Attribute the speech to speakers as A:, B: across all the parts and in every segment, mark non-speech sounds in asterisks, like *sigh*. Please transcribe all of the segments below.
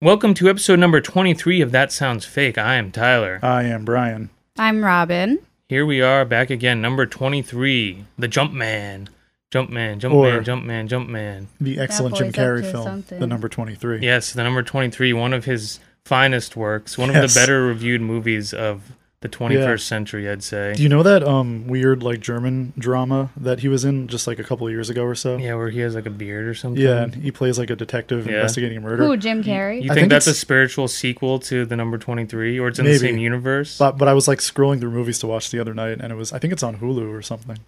A: Welcome to episode number 23 of That Sounds Fake. I am Tyler.
B: I am Brian.
C: I'm Robin.
A: Here we are back again, number 23, The Jumpman. Jumpman, Jumpman,
B: Or-
A: Jumpman, Jumpman.
B: The excellent Jim
C: boy's up
B: Carrey
C: to
B: film,
C: something.
B: the number 23.
A: Yes, the number 23, one of his finest works, one of
B: Yes.
A: the better reviewed movies of the 21st
B: Yeah.
A: century, I'd say.
B: Do you know that um weird like German drama that he was in just like a couple of years ago or so?
A: yeah, where he has like a beard or something.
B: Yeah, and he plays like a detective
A: Yeah.
B: investigating a murder.
C: Who, Jim Carrey?
A: You think,
B: I think
A: that's a
B: it's-
A: spiritual sequel to the number 23 or it's in the
B: Maybe.
A: same universe?
B: But but I was like scrolling through movies to watch the other night and it was I think it's on Hulu or something.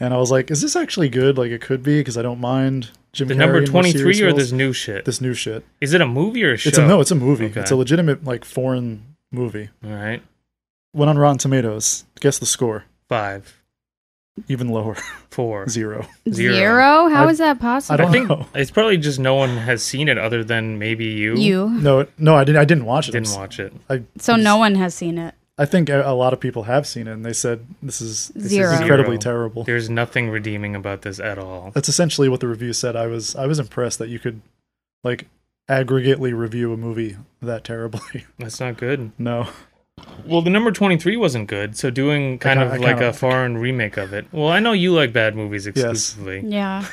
B: And I was like, is this actually good? Like it could be because I don't mind Jim
A: the
B: Carrey
A: number
B: in more serious
A: 23 or
B: roles.
A: this new shit?
B: this new shit.
A: Is it a movie or a show?
B: It's a no, it's a movie.
A: Okay.
B: It's a legitimate like foreign movie.
A: All right.
B: Went on Rotten Tomatoes. Guess the score.
A: Five,
B: Even lower. *laughs*
A: four,
B: Zero.
A: Zero.
C: Zero? How is
B: I-
C: that possible?
B: I don't
A: I think
B: know.
A: it's probably just no one has seen it other than maybe you.
C: you.
B: No, it- no, I didn't. I didn't watch it. I'm
A: didn't
B: s-
A: watch it.
B: I,
C: So no one has seen it.
B: I think a, a lot of people have seen it, and they said this is, this is
C: Zero.
B: incredibly
A: Zero.
B: terrible.
A: There's nothing redeeming about this at all.
B: That's essentially what the review said. I was I was impressed that you could like aggregately review a movie that terribly. *laughs*
A: That's not good.
B: no,
A: Well, the number 23 wasn't good, so doing kind
B: I
A: of
B: kinda- I
A: like
B: kinda-
A: a foreign remake of it. Well, I know you like bad movies exclusively.
C: Yeah.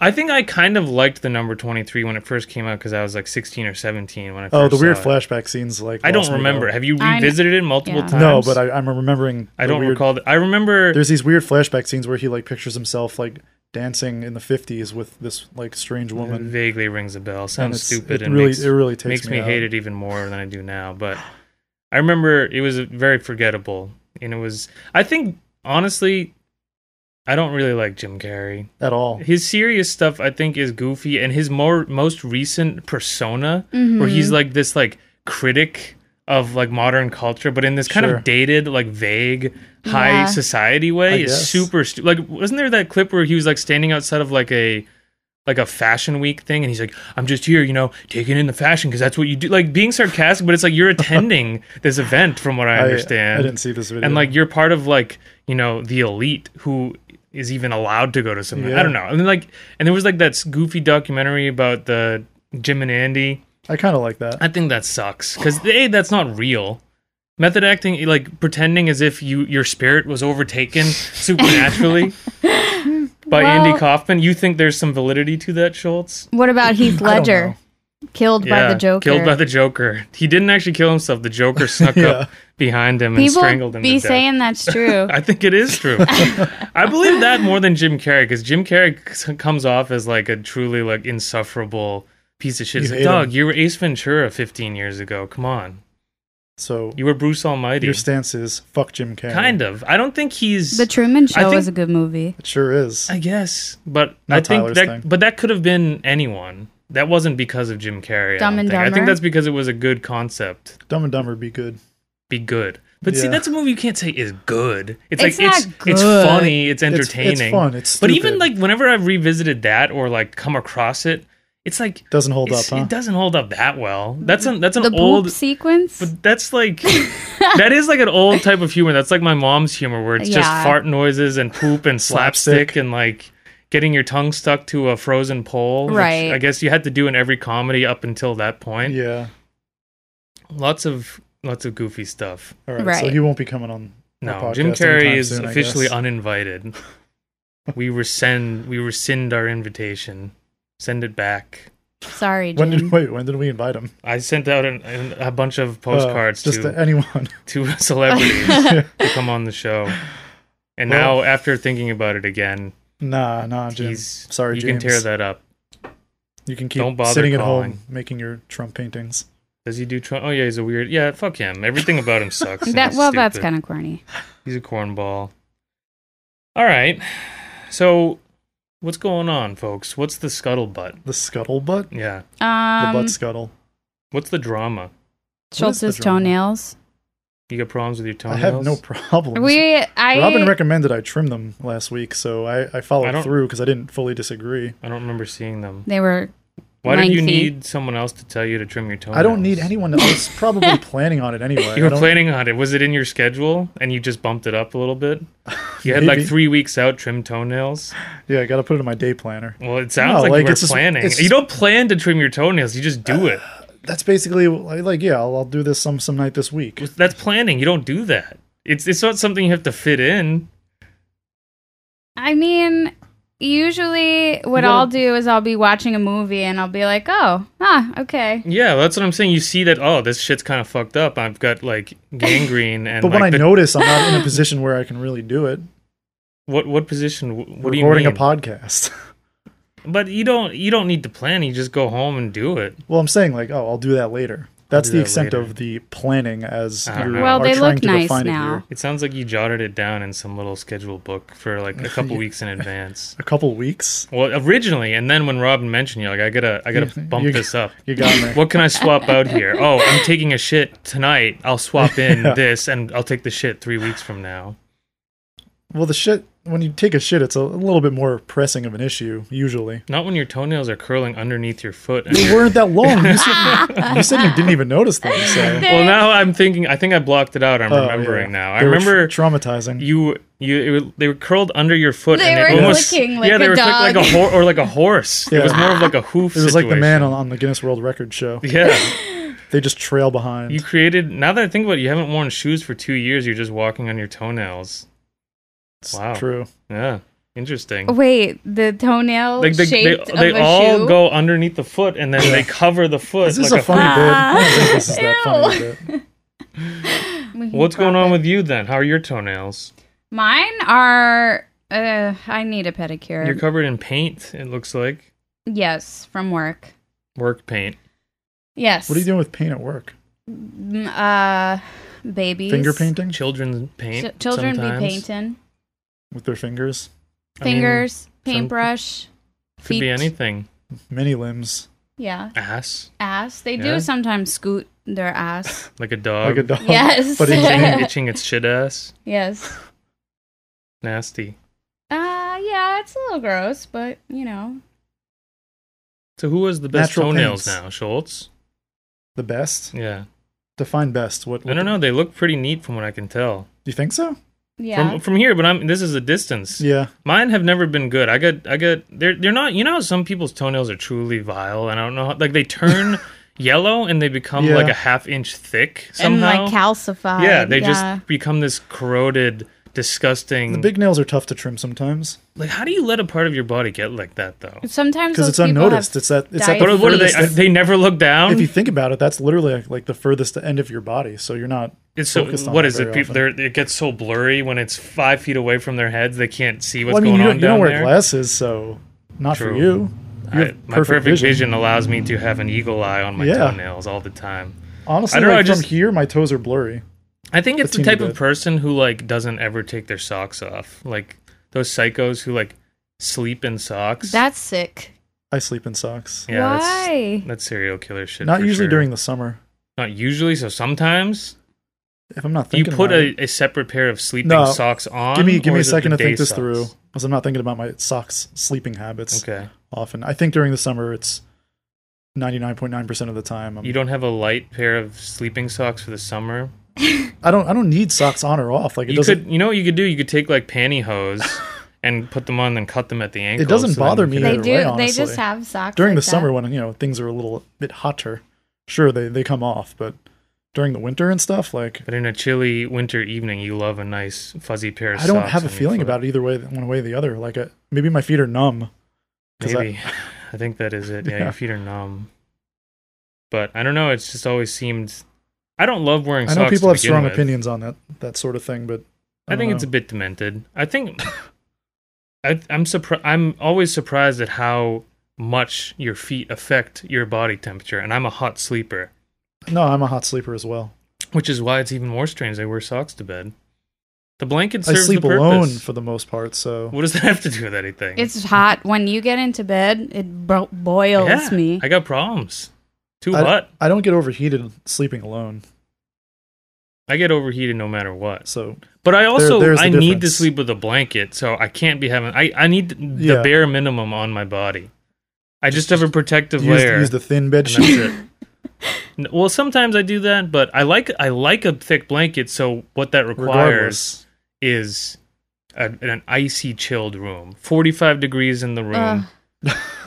A: I think I kind of liked the number 23 when it first came out because I was like 16 or 17 when I first
B: oh, the weird
A: saw it.
B: flashback scenes like
A: I don't
B: lost me,
A: remember.
B: though.
A: Have you
C: I kn-
A: revisited it multiple
C: yeah.
A: times?
B: No, but I, I'm remembering.
A: I
B: the
A: don't
B: weird-
A: recall. That. I remember.
B: There's these weird flashback scenes where he like pictures himself like dancing in the 50s with this like strange
A: It
B: woman.
A: vaguely rings a bell. Sounds
B: it's-
A: stupid
B: it
A: and
B: really-
A: makes,
B: it really takes
A: makes me,
B: me out.
A: hate it even more than I do now. But I remember it was very forgettable, and it was. I think honestly, I don't really like Jim Carrey.
B: At all,
A: His serious stuff, I think, is goofy, and his more most recent persona,
B: Mm-hmm.
A: where he's like this like critic of like modern culture, but in this kind
B: Sure.
A: of dated, like vague, high
C: Yeah.
A: society way,
B: I
A: is
B: guess.
A: super stu- like. Wasn't there that clip where he was like standing outside of like a like a fashion week thing, and he's like, "I'm just here, you know, taking in the fashion because that's what you do." Like being sarcastic, but it's like you're
B: *laughs*
A: attending this event, from what I
B: I
A: understand.
B: I didn't see this video.
A: and like you're part of like you know the elite who is even allowed to go to some. I
B: Yeah.
A: don't know. And then like, and there was like that goofy documentary about the Jim and Andy.
B: I kind of like that.
A: I think that sucks because a that's not real. Method acting, like pretending as if you your spirit was overtaken supernaturally by Andy
C: Well-
A: Kaufman. You think there's some validity to that, Schultz?
C: What about Heath
B: I don't
C: Ledger?
B: know.
C: Killed by the Joker.
A: killed by the Joker. He didn't actually kill himself. The Joker snuck up behind him and
C: People
A: strangled him. to
C: be
A: death.
C: saying that's true.
A: I think it is
C: *laughs*
A: true. I believe that more than Jim Carrey because Jim Carrey c- *laughs* comes off as like a truly like insufferable piece of shit.
B: You
A: It's like,
B: hate
A: Dog,
B: him.
A: you were Ace Ventura 15 years ago. Come on,
B: So
A: you were Bruce Almighty.
B: your stance is fuck Jim Carrey.
A: Kind of. I don't think he's.
C: the Truman Show
A: think-
C: was a good movie.
B: It sure is.
A: I guess, but
B: Not
A: I think
B: Tyler's
A: that.
B: thing.
A: But that could have been anyone. That wasn't because of Jim Carrey. I,
C: Dumb
A: don't
C: and
A: think. I think
C: Dumber?
A: that's because it was a good concept.
B: Dumb and Dumber be good.
A: Be good. But see,
B: Yeah.
A: that's a movie you can't say is good. It's,
C: It's
A: like it's
C: not
A: it's
C: good.
A: funny, it's
B: It's- it's
A: entertaining,
B: fun, it's
A: but even
B: stupid.
A: like whenever I've revisited that or like come across it, it's like
B: Doesn't hold up,
A: it's-
B: huh?
A: it doesn't hold up that well. That's an that's an
C: The
A: old
C: poop sequence?
A: But that's
C: *laughs*
A: like that is like an old type of humor. That's like my mom's humor where it's just
C: Yeah.
A: fart noises and poop and slapstick,
B: Slapstick.
A: and like getting your tongue stuck to a frozen pole. which
C: Right.
A: I guess you had to do in every comedy up until that point.
B: Yeah.
A: Lots of lots of goofy stuff.
B: All right. So
C: Right.
B: he won't be coming on. our
A: No,
B: podcast
A: Jim Carrey
B: anytime
A: is
B: soon, I
A: officially
B: guess. *laughs*
A: uninvited. we rescind we rescind our invitation. Send it back.
C: Sorry, Jim.
B: When *laughs* did wait? When did we invite him?
A: I sent out an, an, a bunch of
B: Uh,
A: postcards
B: just
A: to
B: to anyone.
A: *laughs*
B: *laughs*
A: to
C: *laughs*
A: celebrities to come on the show. And now, after thinking about it again,
B: nah, nah, Jim.
A: he's
B: Sorry,
A: You
B: James.
A: can tear that up.
B: You can keep
A: Don't bother
B: sitting at
A: calling.
B: home making your Trump paintings.
A: Does he do Trump? Oh yeah, he's a weird. Yeah, fuck him. Everything about him
C: *laughs*
A: sucks. and
C: that,
A: he's
C: well, that's
A: stupid.
C: kind of corny.
A: He's a cornball. All right. So, what's going on, folks? What's the scuttlebutt?
B: The scuttlebutt.
A: Yeah.
B: The
C: Um,
B: butt scuttle.
A: What's the drama?
C: Schultz's
B: the drama?
C: toenails.
A: You got problems with your
B: I
A: toenails?
B: have no problems.
C: We, I,
B: Robin recommended I trim them last week, so I, I followed
A: I don't-
B: through because I didn't fully disagree.
A: I don't remember seeing them.
C: they were,
A: Why did you
C: Lengthy.
A: need someone else to tell you to trim your toenails?
B: I don't need anyone. I was
A: *laughs*
B: probably planning on it anyway.
A: Oh, You
B: I
A: were
B: don't-
A: planning on it. Was it in your schedule and you just bumped it up a little
B: *laughs*
A: bit? You had like
B: Maybe.
A: three weeks out trim toenails.
B: Yeah, I got to put it in my day planner.
A: Well, it sounds
B: No,
A: like,
B: like,
A: you were
B: it's just-
A: planning.
B: it's
A: you
B: just-
A: don't plan to trim your toenails. You just do it.
B: that's basically like, like, yeah, I'll, I'll do this some some night this week.
A: That's planning. You don't do that. It's it's not something you have to fit in.
C: I mean, usually what
B: gotta-
C: I'll do is I'll be watching a movie and I'll be like, oh, ah, okay.
A: Yeah, that's what I'm saying. You see that? Oh, this shit's kind of fucked up. I've got
B: *laughs*
A: like gangrene and.
B: But
A: like,
B: when I
A: the-
B: notice I'm not in a position where I can really do it,
A: what what position? Wh- *laughs* What do you mean?
B: recording a podcast. *laughs*
A: But you don't you don't need to plan. You just go home and do it.
B: well, I'm saying like, oh, I'll do that later. That's
A: do
B: the
A: that
B: extent
A: later.
B: of the planning as
A: Uh-huh.
B: you
A: Well,
B: are
C: they
B: trying
C: look
B: to
C: nice
B: define it
C: now.
B: here.
A: It sounds like you jotted it down in some little schedule book for like a
B: *laughs*
A: couple weeks in advance.
B: A couple weeks,
A: Well, originally, and then when Robin mentioned you, like I gotta I gotta
B: You-
A: bump
B: you-
A: this up. *laughs*
B: you got me.
A: What can I swap out
B: *laughs*
A: here? Oh, I'm taking a shit tonight. I'll swap in this, and I'll take the shit three weeks from now.
B: Well, the shit when you take a shit, it's a little bit more pressing of an issue
A: *laughs*
B: usually.
A: Not when your toenails are curling underneath your foot.
B: *laughs*
A: and
B: They
A: you're-
B: weren't that long. You
C: *laughs*
B: said, you said you didn't even notice them. So
A: well, now I'm thinking. I think I blocked it out. I'm
B: Oh,
A: remembering
B: yeah.
A: now. I
B: They were
A: remember
B: tra- traumatizing.
A: you you it, were- they were curled under your foot.
C: They
A: and
C: were
A: it almost,
C: clicking like
A: yeah, they
C: a
A: were click- like
C: dog.
A: a horse or like a horse. It
B: Yeah.
A: was more of like
C: *laughs*
A: a hoof.
B: it was like the man on, on the Guinness World Record show.
A: Yeah,
B: They just trail behind.
A: you created. Now that I think about it, you haven't worn shoes for two years. You're just walking on your toenails.
B: It's
A: Wow.
B: True.
A: Yeah, interesting.
C: Wait, the toenail
A: like they, they,
C: shaped
A: they
C: of a
A: all
C: shoe?
A: go underneath the foot and then they cover the foot.
B: This is
A: like
B: a funny
A: hook.
B: bit. *laughs* I don't think this is that funny of a bit.
C: We *laughs* can
A: What's going
C: crop
A: on
C: it.
A: with you then? How are your toenails?
C: Mine are. Uh, I need a pedicure.
A: You're covered in paint. It looks like
C: yes, from work.
A: work paint.
C: Yes.
B: What are you doing with paint at work?
C: doing? Uh, babies.
B: Finger painting
A: Children's paint.
C: Ch- children
A: sometimes.
C: be painting.
B: with their fingers,
A: I mean,
C: Fingers, paintbrush,
A: could
C: feet.
A: be anything.
B: many limbs,
C: Yeah,
A: Ass,
C: ass. They
A: Yeah.
C: do sometimes scoot their
A: *laughs*
C: ass.
A: like a dog.
B: like a dog.
C: yes.
B: but *laughs* in
C: *laughs*
A: itching, itching its shit ass.
C: yes.
A: Nasty.
C: Uh, yeah, it's a little gross, but you know,
A: So who has the best
B: Natural
A: toenails
B: paints.
A: now? Schultz?
B: The best.
A: Yeah.
B: Define best. What?
A: I don't know. They look pretty neat from what I can tell.
B: Do you think so?
C: yeah.
A: From from here, but I'm this is a distance.
B: Yeah.
A: Mine have never been good. I got I got they're they're not you know how some people's toenails are truly vile and I don't know how, like they
B: *laughs*
A: turn yellow and they become
B: Yeah.
A: like a half inch thick somehow.
C: And like calcified.
A: yeah, they
C: yeah.
A: just become this corroded, disgusting
B: The big nails are tough to trim sometimes
A: like how do you let a part of your body get like that though?
C: Sometimes
B: because
C: those
B: it's
C: people
B: unnoticed.
C: Have,
B: It's that. It's that.
A: What, are- what are they?
B: furthest-
A: They never look down.
B: If you think about it, that's literally like, like the furthest end of your body. So you're not.
A: It's so
B: focused on
A: what
B: it
A: is it?
B: very
A: People, they're, it gets so blurry when it's five feet away from their heads, they can't see what's
B: well, I mean, you
A: going
B: don't,
A: on
B: you don't
A: down
B: wear
A: there.
B: glasses, so not for
A: True.
B: you. You
A: I-
B: have
A: my perfect vision. allows me to have an eagle eye on my
B: Yeah.
A: toenails all the time.
B: Honestly,
A: I don't know,
B: like,
A: I just-
B: from here, my toes are blurry.
A: I think it's the
B: teeny
A: type of
B: bit.
A: person who like doesn't ever take their socks off, like those psychos who like sleep in socks.
C: that's sick.
B: I sleep in socks.
A: yeah, that's,
C: Why?
A: that's serial killer shit.
B: Not
A: for
B: usually
A: sure.
B: during the summer.
A: Not usually. So sometimes
B: If I'm not
A: do you
B: thinking
A: put
B: about it.
A: a, a separate pair of sleeping
B: No.
A: socks on.
B: give me give
A: or
B: me a
A: is it
B: second
A: the
B: to think
A: day
B: this through
A: socks?
B: because I'm not thinking about my socks sleeping habits
A: Okay.
B: often. I think during the summer it's 99.9% of the time. I'm,
A: You don't have a light pair of sleeping socks for the summer
B: I don't I don't need socks on or off. Like it
A: You
B: doesn't
A: could, you know, what you could do. You could take like
B: *laughs*
A: pantyhose and put them on, then cut them at the ankles.
B: doesn't
A: so then
B: bother
A: you
B: me
A: can-
B: either
C: They
B: way,
C: do. they
B: honestly.
C: just have socks
B: during the
C: like
B: summer
C: that.
B: when you know things are a little bit hotter. Sure, they they come off, but during the winter and stuff like
A: But in a chilly winter evening, you love a nice fuzzy pair of
B: I don't
A: socks
B: have a
A: on your
B: feeling
A: foot.
B: about it either way one way or the other. Like I, maybe my feet are numb. 'cause I-
A: Maybe. *laughs* I, think that is it. Yeah,
B: Yeah.
A: your feet are numb. But I don't know. It's just always seemed. I don't love wearing
B: I
A: socks.
B: know
A: to
B: people have
A: begin
B: strong
A: with.
B: opinions on that that sort of thing, but
A: I, think it's a bit demented. I think. I, I'm surprised. I'm always surprised at how much your feet affect your body temperature, and I'm a hot sleeper,
B: a no. I'm a hot sleeper as well.
A: which is why it's even more strange they wear socks to bed. The blanket
B: I
A: serves
B: sleep
A: the
B: alone
A: purpose.
B: for the most part, so
A: What does that have to do with anything?
C: It's hot. When you get into bed, it bo- boils
A: Yeah,
C: me.
A: I got problems. Too
B: I,
A: hot.
B: I don't get overheated sleeping alone.
A: I get overheated no matter what.
B: So
A: But I also
B: there's the
A: I need to
B: difference.
A: sleep with a blanket, so I can't be having I, I need the
B: Yeah.
A: bare minimum on my body. I just, have a protective
B: use,
A: layer.
B: use the thin bed
A: and
B: sheet.
A: that's it. N- well, sometimes I do that, but I like I like a thick blanket. So what that requires
B: *laughs* Regardless,
A: is a, an icy chilled room, forty five degrees in the room,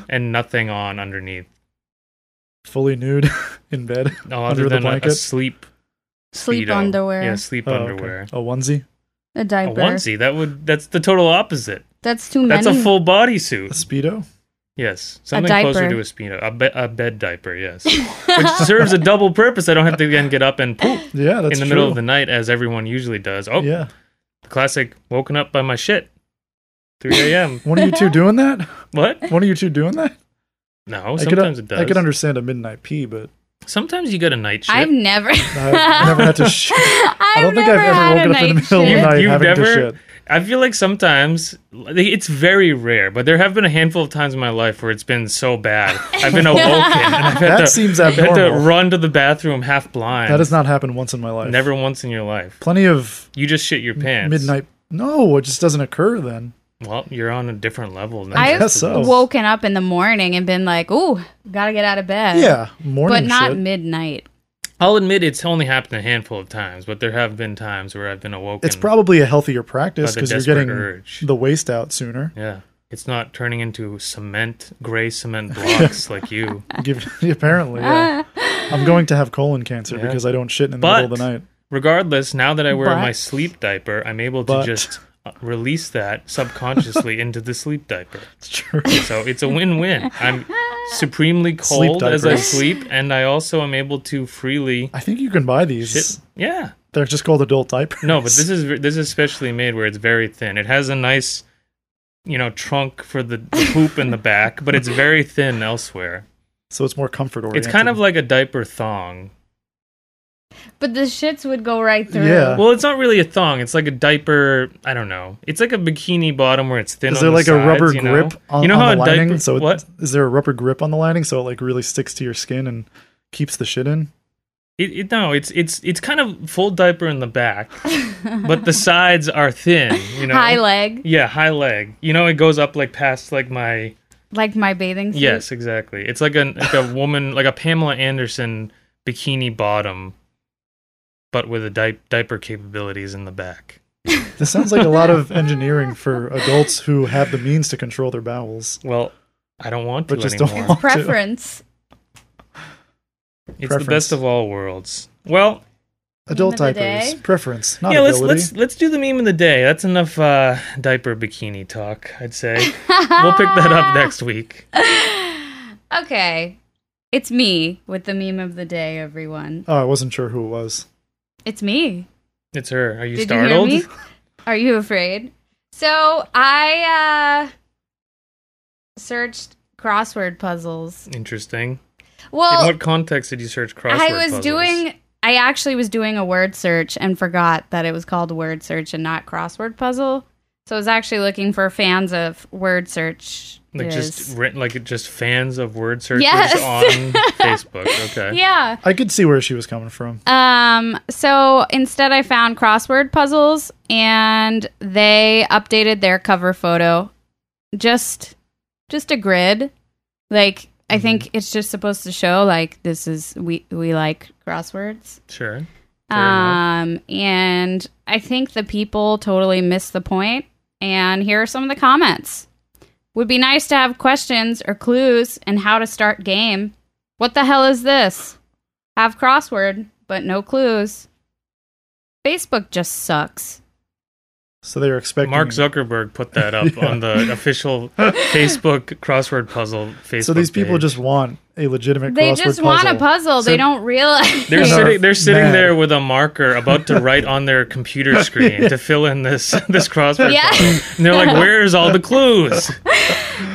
A: and nothing on underneath.
B: fully nude *laughs* in bed
A: No,
B: under
A: other
B: the
A: than a, a
B: blanket.
A: sleep
C: Sleep
A: speedo.
C: underwear.
A: Yeah, sleep
B: Oh, okay.
A: underwear.
B: A onesie,
C: A
A: A
C: diaper.
A: onesie. That would that's the total opposite.
C: That's too
A: That's
C: many.
A: a full
B: a
A: bodysuit.
B: speedo.
A: Yes, something closer to
C: diaper.
A: a speedo, a, be- a bed diaper. Yes, which serves a double purpose. I don't have to again get up and poop
B: Yeah, *laughs* that's
A: in the middle
B: true.
A: of the night as everyone usually does. Oh,
B: Yeah.
A: the classic woken up by my shit. 3
B: *laughs*
A: a.m.
B: One of
C: *laughs*
B: you two doing that?
A: what?
B: One of you two doing that?
A: No,
B: I could, uh,
A: sometimes it does.
B: I could understand a midnight pee,
C: *laughs*
B: but
A: sometimes you get a night shit.
C: I've never. *laughs*
B: I've never had to shit.
C: I've
B: I don't think I've
C: never had
B: ever
C: a
B: woken up in the
C: night
B: middle of
A: shit.
B: the night
A: You've
B: having to
A: never-
B: shit.
A: I feel like sometimes it's very rare, but there have been a handful of times in my life where it's been so bad. I've
B: *laughs*
A: been awoken and I've had,
B: That
A: to,
B: seems
A: I've had to
B: abnormal.
A: run to the bathroom half blind.
B: That has not happened once in my life.
A: never once in your life.
B: Plenty of
A: You just shit your pants.
B: midnight. No, it just doesn't occur then.
A: Well, you're on a different level now.
C: I've
B: guess so.
C: woken up in the morning and been like, "Ooh, gotta get out of bed."
B: Yeah,
C: but
B: morning
C: not
B: shit.
C: midnight.
A: I'll admit it's only happened a handful of times, but there have been times where I've been awoken.
B: It's probably a healthier practice
A: By the
B: because
A: desperate
B: you're getting
A: urge.
B: the waste out
C: *laughs*
B: sooner.
A: yeah. It's not turning into cement, gray cement blocks
B: *laughs*
A: like you.
B: Give, apparently,
C: *laughs*
B: yeah. I'm going to have colon cancer
A: Yeah.
B: because I don't shit in the
A: But-
B: middle of the night.
A: Regardless, now that I wear
C: But-
A: my sleep diaper, I'm able to
B: But-
A: just uh, release that subconsciously into the sleep diaper.
B: It's true.
A: So it's a win-win. I'm supremely
B: Sleep
A: cold as I
B: diapers.
A: sleep, and I also am able to freely.
B: I think you can buy these.
A: Shit. Yeah.
B: They're just called adult diapers.
A: No, but this is this is specially made where it's very thin. It has a nice, you know, trunk for the, the poop in the back, but it's very thin elsewhere.
B: so it's more comfort oriented.
A: It's kind of like a diaper thong.
C: But the shits would go right through.
B: Yeah.
A: Well, it's not really a thong. It's like a diaper. I don't know. It's like a bikini bottom where it's thin.
B: Is
A: on
B: there
A: the
B: like a
A: sides,
B: rubber
A: you know?
B: grip on,
A: you know
B: on
A: how
B: the
A: a
B: lining?
A: diaper?
B: so it-
A: what?
B: is there a rubber grip on the lining so it like really sticks to your skin and keeps the shit in?
A: It, it, no, it's it's it's kind of full diaper in the back,
C: *laughs*
A: but the sides are thin. You know,
C: High leg,
A: Yeah, high leg. You know, it goes up like past like my.
C: like my bathing suit.
A: Yes, exactly. It's like a like a woman like a Pamela Anderson bikini bottom, but with a di- diaper capabilities in the back.
B: This sounds like a lot of engineering for adults who have the means to control their bowels.
A: Well, I don't want to
B: But just don't
A: anymore.
B: want to.
C: Preference.
A: it's the
B: Preference.
A: best of all worlds. Well,
B: Adult
C: End of the
B: diapers.
C: day.
B: Preference, not
A: yeah, let's
B: ability.
A: let's let's do the meme of the day. That's enough uh, diaper bikini talk, I'd
C: *laughs*
A: say. *laughs* we'll pick that up next week.
C: Okay. It's me with the meme of the day, everyone.
B: Oh, I wasn't sure who it was.
C: It's me.
A: It's her. Are you
C: Did
A: startled? *laughs*
C: you hear me? Are you afraid? So I uh searched crossword puzzles.
A: Interesting.
C: Well,
A: In what context did you search crossword
C: Oh. I was
A: puzzles?
C: doing I actually was doing a word search and forgot that it was called word search and not crossword puzzle. So I was actually looking for fans of word search.
A: like
C: is.
A: just written, like just fans of word searches
C: Yes. *laughs*
A: on Facebook. Okay.
C: Yeah.
B: I could see where she was coming from.
C: Um, so instead, I found crossword puzzles, and they updated their cover photo, just just a grid. Like I
A: Mm-hmm.
C: think it's just supposed to show like this is we we like crosswords.
A: Sure. Fair enough.
C: Um, and I think the people totally missed the point. And here are some of the comments. Would be nice to have questions or clues and how to start game. What the hell is this? Have crossword, but no clues. Facebook just sucks.
B: So they were expecting
A: Mark Zuckerberg put that
B: *laughs*
A: up
B: Yeah.
A: on the
B: *laughs*
A: official Facebook crossword puzzle Facebook.
B: So these people
A: page.
B: just want a legitimate.
C: They
B: crossword
C: just want a puzzle.
A: So
C: they don't realize.
A: *laughs* They're
B: are
A: sitting, they're sitting
B: mad.
A: there with a marker about to write on their *laughs* computer screen to fill in this *laughs* this crossword
C: *laughs* Yeah.
A: puzzle. And they're like, where's all the clues?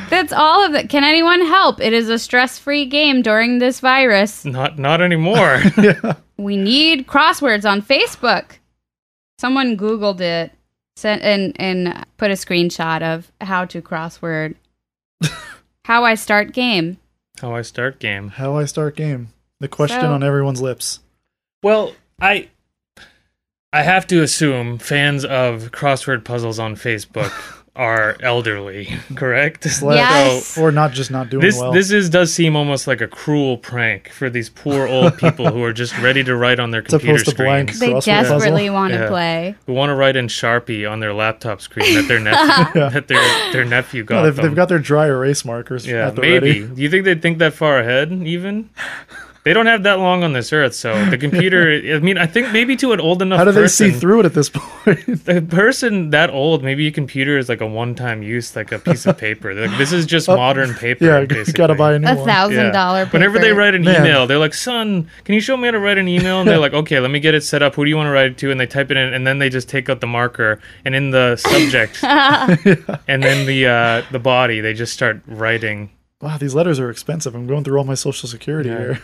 C: That's all of it. Can anyone help? It is a stress-free game during this virus.
A: Not not anymore. *laughs*
B: *laughs* yeah.
C: we need crosswords on Facebook. Someone Googled it sent and, and put a screenshot of how to
B: *laughs*
C: crossword. how I start game.
A: How I start game.
B: How I start game. The question
C: So-
B: on everyone's lips.
A: Well, I I have to assume fans of crossword puzzles on *laughs* Facebook are elderly, correct?
C: Yes.
A: So
B: Or not just not doing
A: this
B: well.
A: this is does seem almost like a cruel prank for these poor old people who are just ready to write *laughs* on their computer
B: post a blank.
A: screens.
C: They
B: Crossword
C: desperately
B: puzzle?
C: want to
A: Yeah.
C: play.
A: who want to write in Sharpie on their laptop screen that their nephew
B: *laughs* Yeah.
A: that their their nephew got
B: No, Oh, they've,
A: them.
B: they've got their dry erase markers
A: yeah,
B: at the
A: maybe.
B: ready.
A: Do you think they'd think that far ahead? Even They don't have that long on this earth, so the
B: *laughs*
A: computer. I mean, I think maybe to an old enough.
B: How do they
A: person,
B: see through it at this *laughs* point?
A: a person that old, maybe a computer is like a one-time use, like a piece
B: *laughs*
A: of paper. They're like, this is just modern paper.
B: Oh, yeah,
A: basically.
B: gotta buy a new
C: A
B: one.
A: Yeah.
C: thousand dollar.
A: Whenever they write an
B: Man.
A: email, they're like, "Son, can you show me how to write an email?" And they're like, "Okay, let me get it set up. Who do you want to write it to?" And they type it in, and then they just take out the marker, and in the
C: *laughs*
A: subject, and then the uh, the body, they just start writing.
B: Wow, these letters are expensive. I'm going through all my social security
A: Yeah. *laughs*
B: here.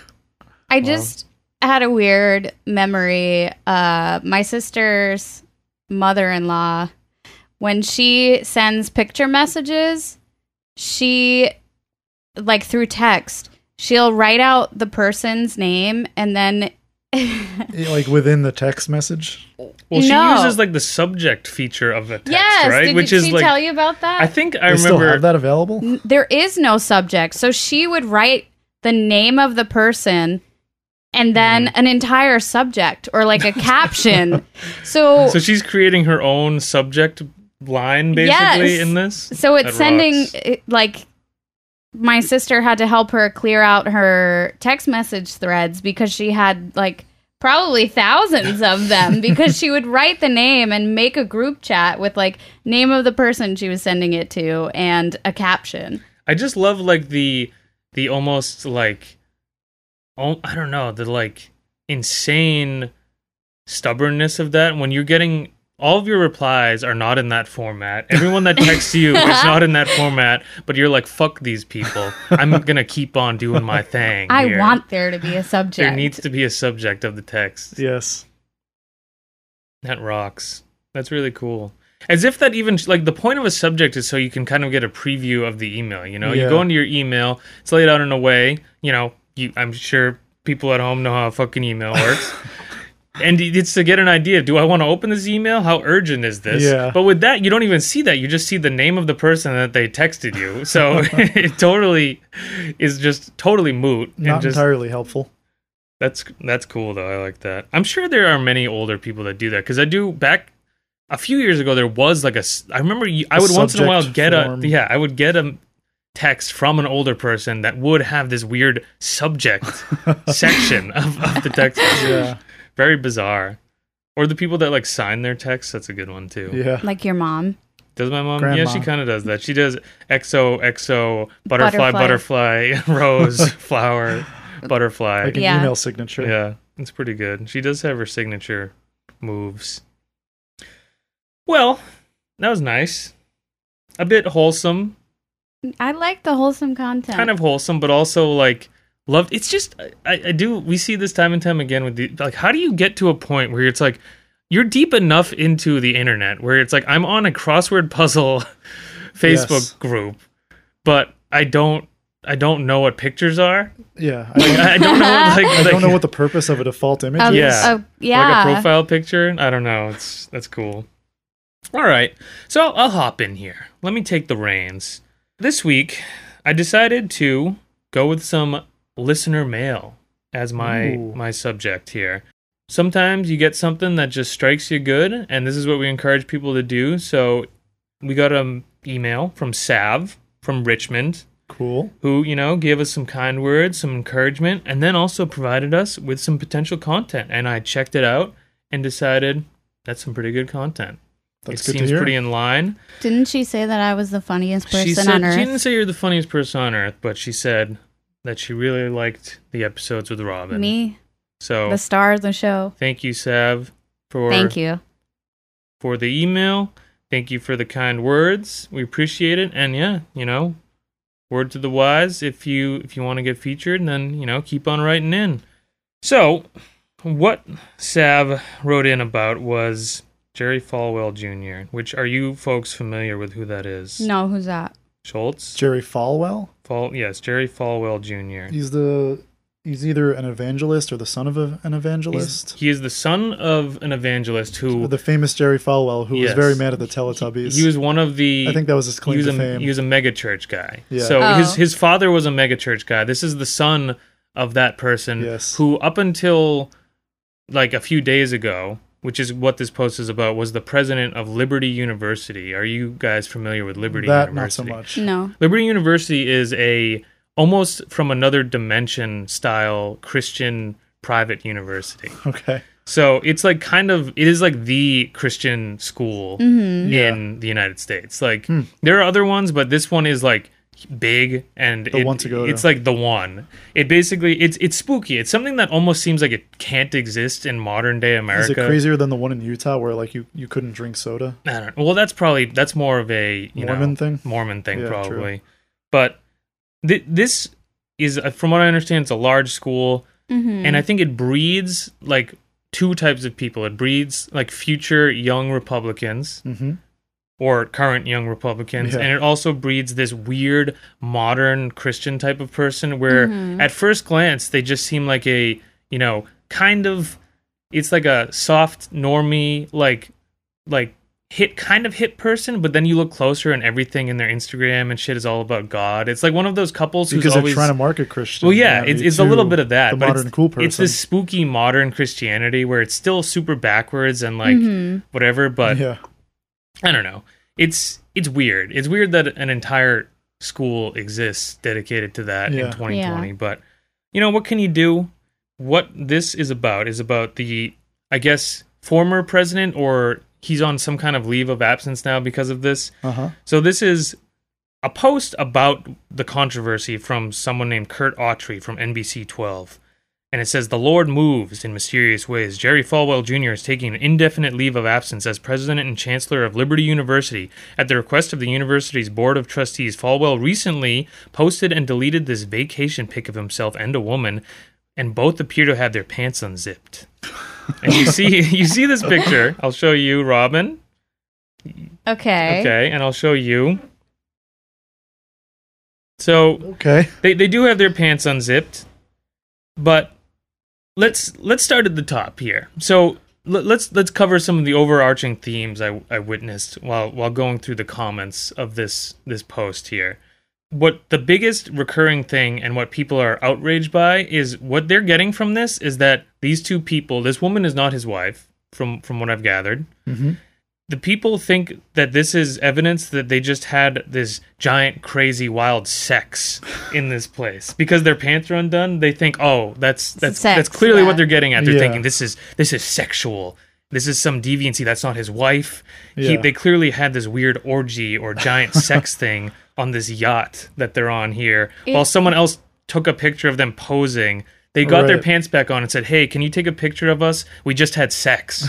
C: I just had a weird memory. Uh, my sister's mother in law, when she sends picture messages, she, like through text, she'll write out the person's name and then.
B: Yeah, Eh, Like within the text message.
A: Well, she
C: No.
A: uses like the subject feature of the text,
C: yes,
A: right?
C: did
A: Which
C: she
A: is like,
C: tell you about that?
A: I think I
B: they still
A: remember
B: have that available?
C: N- there is no subject. So she would write the name of the person and then
A: Mm-hmm.
C: an entire subject or like
A: *laughs*
C: a caption. So
A: So she's creating her own subject line basically
C: Yes.
A: in this.
C: so it's
A: That
C: sending
A: rocks.
C: it, like my sister had to help her clear out her text message threads because she had like probably thousands
A: *laughs*
C: of them because she would write the name and make a group chat with like name of the person she was sending it to and a caption.
A: I just love like the the almost like oh, I don't know the like insane stubbornness of that when you're getting all of your replies are not in that
C: *laughs*
A: format. Everyone that texts you is not in that format, but you're like fuck these people. I'm going to keep on doing my thing.
C: *laughs* I
A: here."
C: want there
A: *laughs*
C: to be a subject.
A: there needs to be a subject of the text.
B: Yes.
A: That rocks. That's really cool. As if that even like the point of a subject is so you can kind of get a preview of the email. You know, you
B: Yeah.
A: go into your email, it's laid out in a way. You know, you, I'm sure people at home know how a fucking email
B: *laughs*
A: works. And it's to get an idea. Do I want to open this email? How urgent is this?
B: Yeah.
A: But with that, you don't even see that. You just see the name of the person that they texted you. So *laughs* it totally is just totally moot.
B: Not
A: and just,
B: entirely helpful.
A: that's that's cool though. I like that. I'm sure there are many older people that do that because I do back a few years ago. There was like a s- I remember you, I
B: A
A: would once in a while
B: subject
A: get
B: form.
A: a yeah I would get a text from an older person that would have this weird
B: *laughs*
A: subject section of, of the text.
B: Yeah.
A: Very bizarre. Or the people that like sign their texts. That's a good one too.
B: Yeah.
C: like your mom.
A: Does my mom? Yeah, she
B: Grandma.
A: kind of does that. She does XOXO butterfly
C: Butterfly.
A: butterfly, *laughs* rose
B: *laughs*
A: flower butterfly.
B: Like an
C: Yeah.
B: email signature.
A: Yeah, it's pretty good. She does have her signature moves. Well, that was nice. A bit wholesome,
C: I like the wholesome content.
A: kind of wholesome, but also like loved. It's just I, I do. We see this time and time again with the like. How do you get to a point where it's like you're deep enough into the internet where it's like I'm on a crossword puzzle *laughs* Facebook
B: Yes.
A: group, but I don't I don't know what pictures are. *laughs*
B: Yeah. I,
A: I don't know. Like,
B: *laughs* I
A: like-
B: don't know what the purpose of a default image
C: Of-
B: is.
A: yeah.
C: of- Um, yeah.
A: like a profile picture. I don't know. It's that's cool. All right, so I'll, I'll hop in here. Let me take the reins. This week, I decided to go with some listener mail as my
B: Ooh.
A: my subject here. Sometimes you get something that just strikes you good, and this is what we encourage people to do. So we got an email from Sav from Richmond
B: Cool.
A: who, you know, gave us some kind words, some encouragement, and then also provided us with some potential content. And I checked it out and decided that's some pretty good content.
B: That's
A: it
B: good
A: seems
B: to hear.
A: pretty in line.
C: Didn't she say that I was the funniest person
A: She, said,
C: on
A: she
C: earth?
A: didn't say you're the funniest person on earth, but she said that she really liked the episodes with Robin.
C: Me,
A: So
C: the star of the show.
A: thank you, Sav, for
C: Thank you.
A: for the email. Thank you for the kind words. We appreciate it. And yeah, you know, word to the wise. If you if you want to get featured, then you know, keep on writing in. So, what Sav wrote in about was Jerry Falwell Jr., which are you folks familiar with who that is?
C: No, who's that?
A: Schultz?
B: Jerry Falwell.
A: Fall yes, Jerry Falwell Jr.
B: He's the he's either an evangelist or the son of a, an evangelist.
A: He's- he is the son of an evangelist who
B: the famous Jerry Falwell, who
A: Yes.
B: was very mad at the Teletubbies.
A: he was one of the
B: I think that was his claim
A: he was
B: to
A: a
B: fame.
A: he was a mega church guy.
B: Yeah.
A: So
C: Oh.
A: his his father was a mega church guy. This is the son of that person
B: Yes.
A: who up until like a few days ago, which is what this post is about, was the president of Liberty University. Are you guys familiar with Liberty
B: that not so
A: University?
B: much.
C: No.
A: Liberty University is a almost from another dimension style Christian private university.
B: Okay.
A: So it's like kind of it is like the Christian school
C: Mm-hmm.
A: in the United States. Like
B: Hmm.
A: there are other ones, but this one is like big and
B: The
A: it-
B: one to go to.
A: it's like the one. It basically it's it's spooky. It's something that almost seems like it can't exist in modern day
B: Is
A: America.
B: it crazier than the one in Utah where like you, you couldn't drink soda?
A: I don't know. Well, that's probably that's more of a you
B: Mormon
A: know,
B: thing?
A: Mormon thing
B: Yeah, true.
A: probably. But th- this is uh, from what I understand, it's a large school,
C: Mm-hmm.
A: and I think it breeds like two types of people. It breeds like future young Republicans
B: Mm-hmm.
A: or current young Republicans,
B: Yeah.
A: and it also breeds this weird modern Christian type of person where, at first glance, they just seem like a you know kind of it's like a soft normie like like hit kind of hit person but then you look closer and everything in their instagram and shit is all about god it's like one of those couples who's
B: Because
A: always
B: they're trying to market Christian.
A: well yeah,
B: me
A: it's, it's a little
B: too.
A: bit of that
B: The
A: but
B: modern
A: it's,
B: cool person.
A: it's this spooky modern christianity where it's still super backwards and like
C: Mm-hmm.
A: whatever but
B: yeah.
A: i don't know it's it's weird it's weird that an entire school exists dedicated to that in
B: Yeah.
A: 2020 but you know what can you do what this is about is about the i guess former president or he's on some kind of leave of absence now because of this
B: Uh huh.
A: so this is a post about the controversy from someone named Kurt Autry from NBC 12. And it says the Lord moves in mysterious ways. Jerry Falwell Jr. is taking an indefinite leave of absence as president and chancellor of Liberty University. At the request of the university's board of trustees, Falwell recently posted and deleted this vacation pic of himself and a woman, and both appear to have their pants unzipped. And you see *laughs* you see this picture. I'll show you, Robin.
C: Okay.
A: Okay, and I'll show you. So
B: Okay.
A: they, they do have their pants unzipped, but let's let's start at the top here. So let, let's let's cover some of the overarching themes I, I witnessed while while going through the comments of this this post here. What the biggest recurring thing and what people are outraged by is what they're getting from this is that these two people, this woman is not his wife, from from what I've gathered
B: Mm-hmm.
A: the people think that this is evidence that they just had this giant, crazy, wild sex in this place because their pants are undone. They think, oh, that's that's
C: sex,
A: that's clearly
C: yeah.
A: what they're getting at. They're
B: Yeah.
A: thinking this is this is sexual. This is some deviancy. That's not his wife. He,
B: Yeah.
A: they clearly had this weird orgy or
B: *laughs*
A: giant sex thing on this yacht that they're on here. while
C: It-
A: someone else took a picture of them posing, they got their
B: Right.
A: pants back on and said, "Hey, can you take a picture of us? We just had
B: *laughs*
A: sex."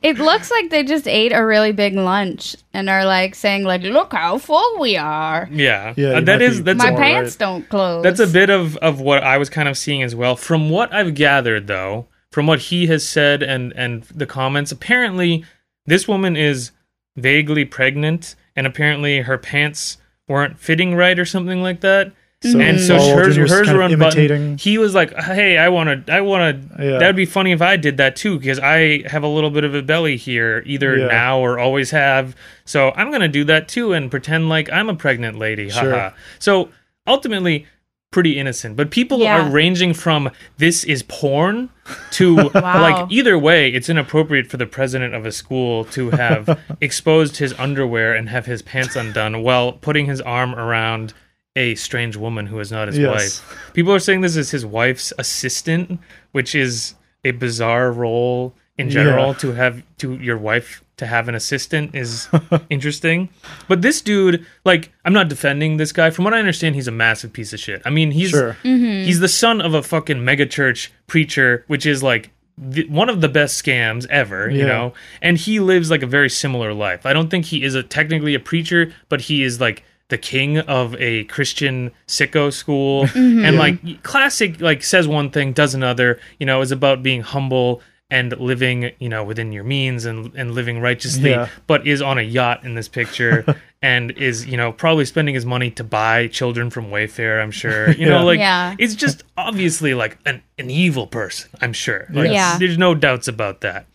C: It looks like they just ate a really big lunch and are like saying like, "Look how full we are.
A: Yeah,
B: Yeah,
A: Uh,
B: you might
A: that
B: be
A: is that's
C: My
A: a-
B: all
C: pants
B: right.
C: don't close."
A: That's a bit of, of what I was kind of seeing as well. From what I've gathered, though, from what he has said and, and the comments, apparently this woman is vaguely pregnant, and apparently her pants weren't fitting right or something like that.
B: So
A: and so
B: Paul
A: hers,
B: Jr. was
A: hers
B: kind
A: were
B: of
A: unbuttoned.
B: imitating-
A: He was like, "Hey, I want to. I want to.
B: Yeah.
A: That would be funny if I did that too, because I have a little bit of a belly here, either
B: Yeah.
A: now or always have. So I'm gonna do that too and pretend like I'm a pregnant lady.
B: Sure.
A: Haha. So ultimately, pretty innocent. But people
C: Yeah.
A: are ranging from this is porn *laughs* to
C: Wow.
A: like either way, it's inappropriate for the president of a school to
C: *laughs*
A: have exposed his underwear and have his pants undone while putting his arm around a strange woman who is not his
B: Yes.
A: wife. People are saying this is his wife's assistant, which is a bizarre role in general
B: Yeah.
A: to have to your wife to have an assistant is interesting. But this dude, like, I'm not defending this guy. From what I understand, he's a massive piece of shit. I mean, he's
B: Sure.
A: he's the son of a fucking megachurch preacher, which is like the, one of the best scams ever, you
B: Yeah.
A: know. And he lives like a very similar life. I don't think he is a technically a preacher, but he is like the king of a Christian sicko school, and like classic, like says one thing, does another. You know, is about being humble and living, you know, within your means and and living righteously
B: Yeah.
A: but is on a yacht in this
B: *laughs*
A: picture and is you know probably spending his money to buy children from Wayfair. I'm sure you know
B: Yeah.
A: like
C: Yeah.
A: it's just obviously like an an evil person. I'm sure like
C: Yes. Yeah.
A: there's no doubts about that.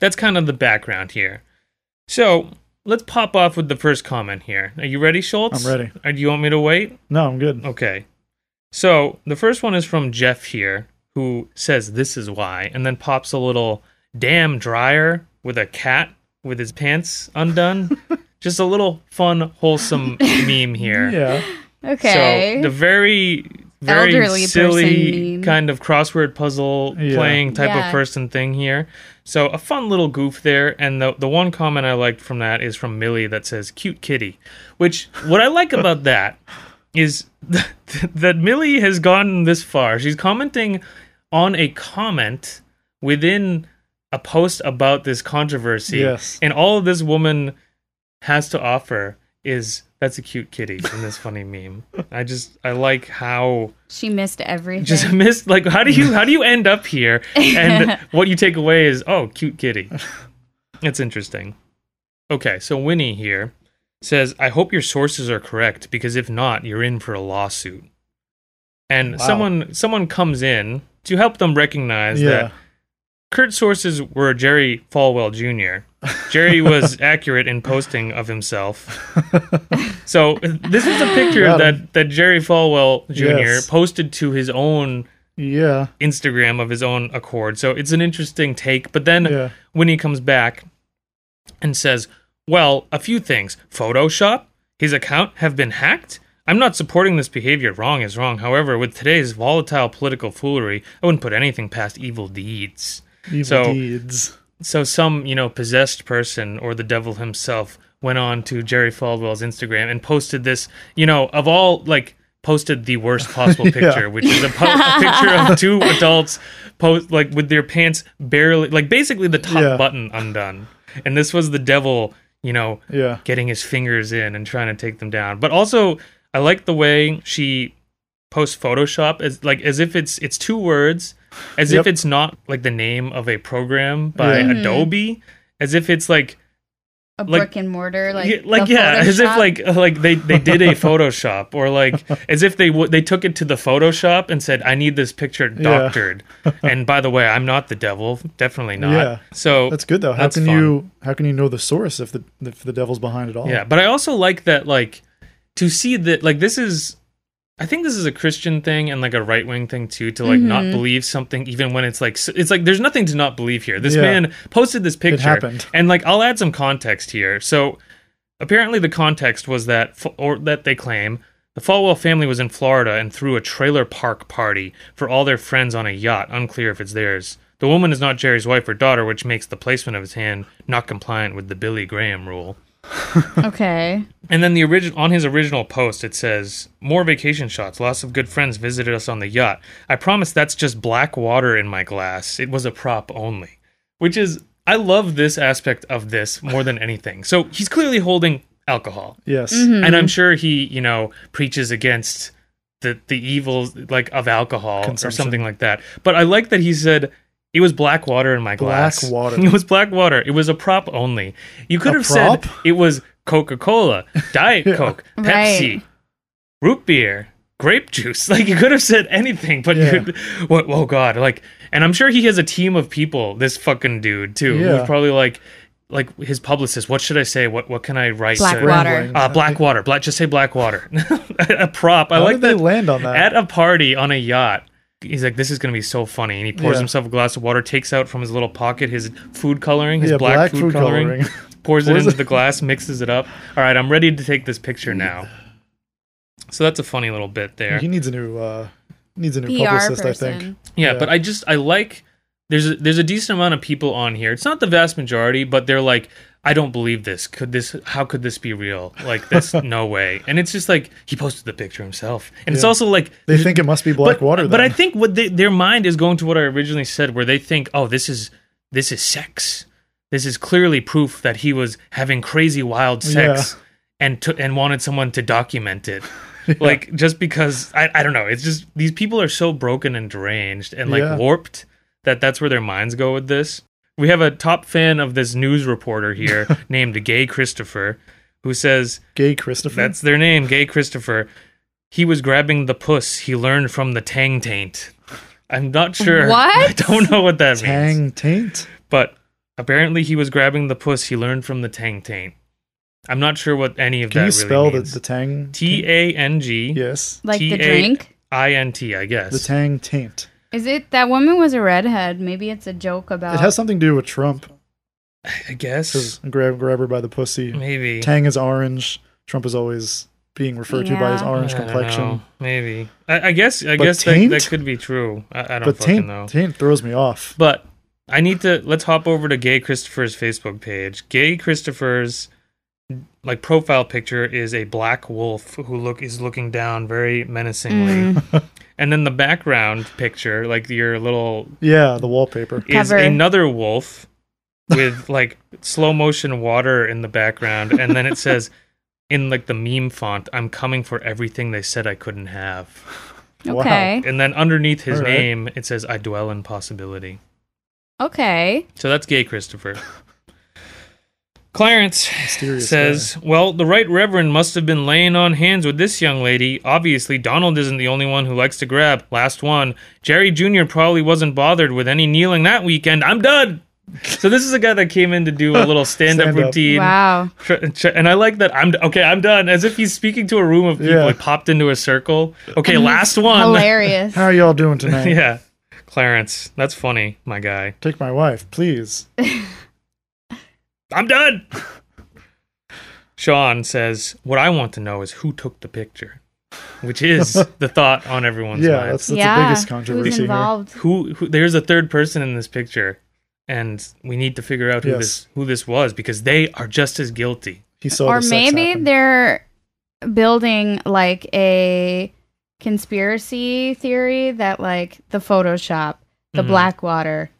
A: That's kind of the background here. So let's pop off with the first comment here. Are you ready, Schultz?
B: I'm ready.
A: Or do you want me to wait?
B: No, I'm good.
A: Okay. So the first one is from Jeff here, who says this is why, and then
B: *laughs*
A: pops a little damn dryer with a cat with his pants undone. Just a little fun, wholesome meme here.
B: Yeah.
C: Okay.
A: So the very very
C: Elderly person
A: silly
C: meme.
A: kind of crossword puzzle
B: Yeah.
A: playing type
C: Yeah.
A: of person thing here. So a fun little goof there, and the the one comment I liked from that is from Millie that says "cute kitty," which what I like about that is *laughs* that, that Millie has gotten this far. She's commenting on a comment within a post about this controversy,
B: Yes.
A: and all this woman has to offer is that's a cute kitty in this funny meme. I just I like how
C: she missed everything.
A: just missed like how do you how do you end up here
B: *laughs*
A: and what you take away is oh cute kitty. It's interesting. Okay, so Winnie here says I hope your sources are correct because if not you're in for a lawsuit. And
B: Wow.
A: someone someone comes in to help them recognize that
B: Yeah.
A: Kurt's sources were Jerry Falwell Jr. Jerry
B: *laughs*
A: was accurate in posting of himself. So this is a picture
B: Got him.
A: that, that Jerry Falwell Jr.
B: Yes.
A: posted to his own
B: Yeah.
A: Instagram of his own accord. So it's an interesting take. But then
B: Yeah.
A: when he comes back and says, Well, a few things. Photoshop, his account have been hacked. I'm not supporting this behavior. Wrong is wrong. However, with today's volatile political foolery, I wouldn't put anything past evil deeds.
B: Evil
A: So-
B: deeds.
A: So some, you know, possessed person or the devil himself went on to Jerry Falwell's Instagram and posted this, you know, of all like posted the worst
B: *laughs*
A: possible
B: Yeah.
A: picture, which is a, po- a picture of two
B: *laughs*
A: adults post like with their pants barely like basically the top
B: Yeah.
A: button undone. And this was the devil, you know,
B: Yeah.
A: getting his fingers in and trying to take them down. But also, I like the way she posts Photoshop as like as if it's it's two words, as
B: Yep.
A: if it's not like the name of a program by
B: Yeah.
C: Mhm.
A: Adobe, as if it's like
C: a
A: like-
C: brick and mortar, like
A: yeah, like
C: the
A: yeah, *laughs* as if
C: Photoshop.
A: like uh, like they they did
B: *laughs*
A: a Photoshop or like as if they w- they took it to the Photoshop and said I need this picture doctored. and by the way, I'm not the devil, definitely not.
B: Yeah.
A: So
B: That's good though. How
A: that's
B: can
A: fun.
B: you how can you know the source if the if the devil's behind it all?
A: Yeah, but I also like that like to see that like this is I think this is a Christian thing and like a right wing thing too to like not believe something even when it's like s- it's like there's nothing to not believe here. This
B: Yeah.
A: man posted this picture
B: happened.
A: and like I'll add some context here. So apparently the context was that f- or that they claim the Falwell family was in Florida and threw a trailer park party for all their friends on a yacht, unclear if it's theirs. The woman is not Jerry's wife or daughter, which makes the placement of his hand not compliant with the Billy Graham rule.
C: okay,
A: And then the original on his original post, it says more vacation shots. Lots of good friends visited us on the yacht. I promise that's just black water in my glass. It was a prop only, which is I love this aspect of this more than anything. So he's clearly holding alcohol,
B: Yes.
C: Mm-hmm.
A: and I'm sure he you know preaches against the the evils like of alcohol or
B: Consumption.
A: something like that. But I like that he said. It was black water in my
B: Black
A: glass.
B: water.
A: *laughs* It was black water. It was a prop only. You could
B: A
A: have
B: prop?
A: said it was Coca
B: *laughs*
A: Cola, Diet Coke, Pepsi,
C: Right.
A: root beer, grape juice. *laughs* Like you could have said anything, but
B: Yeah.
A: you what? Oh God! Like, and I'm sure he has a team of people. This fucking dude too. who's
B: Yeah.
A: probably like, like his publicist. What should I say? What What can I write?
C: Black
A: to-
C: water.
A: Uh, Blackwater. Black. Just say Blackwater. *laughs* a prop. I
B: How
A: like
B: did they
A: that
B: land on that?
A: at a party on a yacht. He's like, this is gonna be so funny, and he pours
B: Yeah.
A: himself a glass of water, takes out from his little pocket his food coloring, his
B: Yeah,
A: black,
B: black
A: food,
B: food
A: coloring,
B: coloring.
A: *laughs* pours it
B: Pours
A: into
B: it-
A: the glass, mixes it up. All right, I'm ready to take this picture now. So that's a funny little bit there.
B: He needs a new uh needs a new
C: PR
B: publicist, I
C: person.
B: think.
A: Yeah,
B: Yeah.
A: but I just I like there's a, there's a decent amount of people on here. It's not the vast majority, but they're like I don't believe this. Could this how could this be real? Like
B: *laughs*
A: that's no way. And it's just like he posted the picture himself. And it's
B: Yeah.
A: also like
B: They think it must be black
A: but,
B: water
A: But I
B: then.
A: think what they, their mind is going to what I originally said where they think, "Oh, this is this is sex. This is clearly proof that he was having crazy wild sex." And, to, and wanted someone to document
B: *laughs*
A: it like just because I, I don't know it's just these people are so broken and deranged and like
B: Yeah.
A: warped that that's where their minds go with this we have a top fan of this news reporter
B: *laughs*
A: here named gay christopher who says
B: Gay Christopher.
A: that's their name gay christopher he was grabbing the puss he learned from the tang taint i'm not sure i
C: What?
A: don't know what that means
B: Tang taint.
A: but apparently he was grabbing the puss he learned from the tang taint i'm not sure what any of
B: Can
A: that
B: you
A: really
B: spell the,
A: means
B: the tang?
A: T A N G
B: Yes.
C: like the
A: T A-
C: drink.
A: I N T, I guess.
B: The tang taint.
C: Is it that woman was a redhead? Maybe it's a joke about.
B: It has something to do with Trump.
A: I guess
B: 'Cause grab grab her by the pussy.
A: maybe.
B: Tang is orange. Trump is always being referred to by his
C: Yeah.
B: orange
A: I don't know.
B: complexion.
A: Maybe. I, I guess. I
B: But
A: guess that, that
B: taint?
A: could be true. I, I don't
B: But
A: fucking
B: taint,
A: know.
B: taint throws me off.
A: But I need to let's hop over to Gay Christopher's Facebook page. Gay Christopher's like profile picture is a black wolf who look is looking down very menacingly.
B: Mm.
A: *laughs* and then the background picture, like your little
B: Yeah, the wallpaper.
A: is
C: Cover.
A: another wolf with *laughs* like slow motion water in the background and then it says in like the meme font, I'm coming for everything they said I couldn't have.
B: Wow.
C: Okay.
A: And then underneath his
B: All right.
A: name it says I dwell in possibility.
C: Okay.
A: So that's gay, Christopher. Clarence
B: Mysterious
A: says, Well, the right reverend must have been laying on hands with this young lady. Obviously, Donald isn't the only one who likes to grab. Last one. Jerry Jr. probably wasn't bothered with any kneeling that weekend. I'm done. So this is a guy that came in to do a
B: *laughs*
A: little stand-up
B: Stand up.
A: routine,
C: Wow.
A: Tr- tr- and I like that. I'm d- okay. I'm done. As if he's speaking to a room of people.
B: Yeah.
A: He popped into a circle. Okay,
C: *laughs*
A: last one.
B: *laughs*
C: Hilarious.
B: How are y'all doing tonight?
A: *laughs* yeah, Clarence, that's funny, my guy.
B: Take my wife, please.
A: I'm done. *laughs* Sean says, "What I want to know is who took the picture," which
B: *laughs*
A: is the thought on everyone's
B: yeah,
A: mind.
B: that's, that's
C: yeah.
B: the biggest
C: Who's
B: controversy here.
C: involved?
A: Who, who? There's a third person in this picture, and we need to figure out who
B: Yes.
A: this who this was because they are just as guilty.
B: He saw
C: Or
B: the sex
C: maybe
B: happen.
C: they're building like a conspiracy theory that like the Photoshop, the
B: Mm-hmm.
A: Mhm.
C: Blackwater,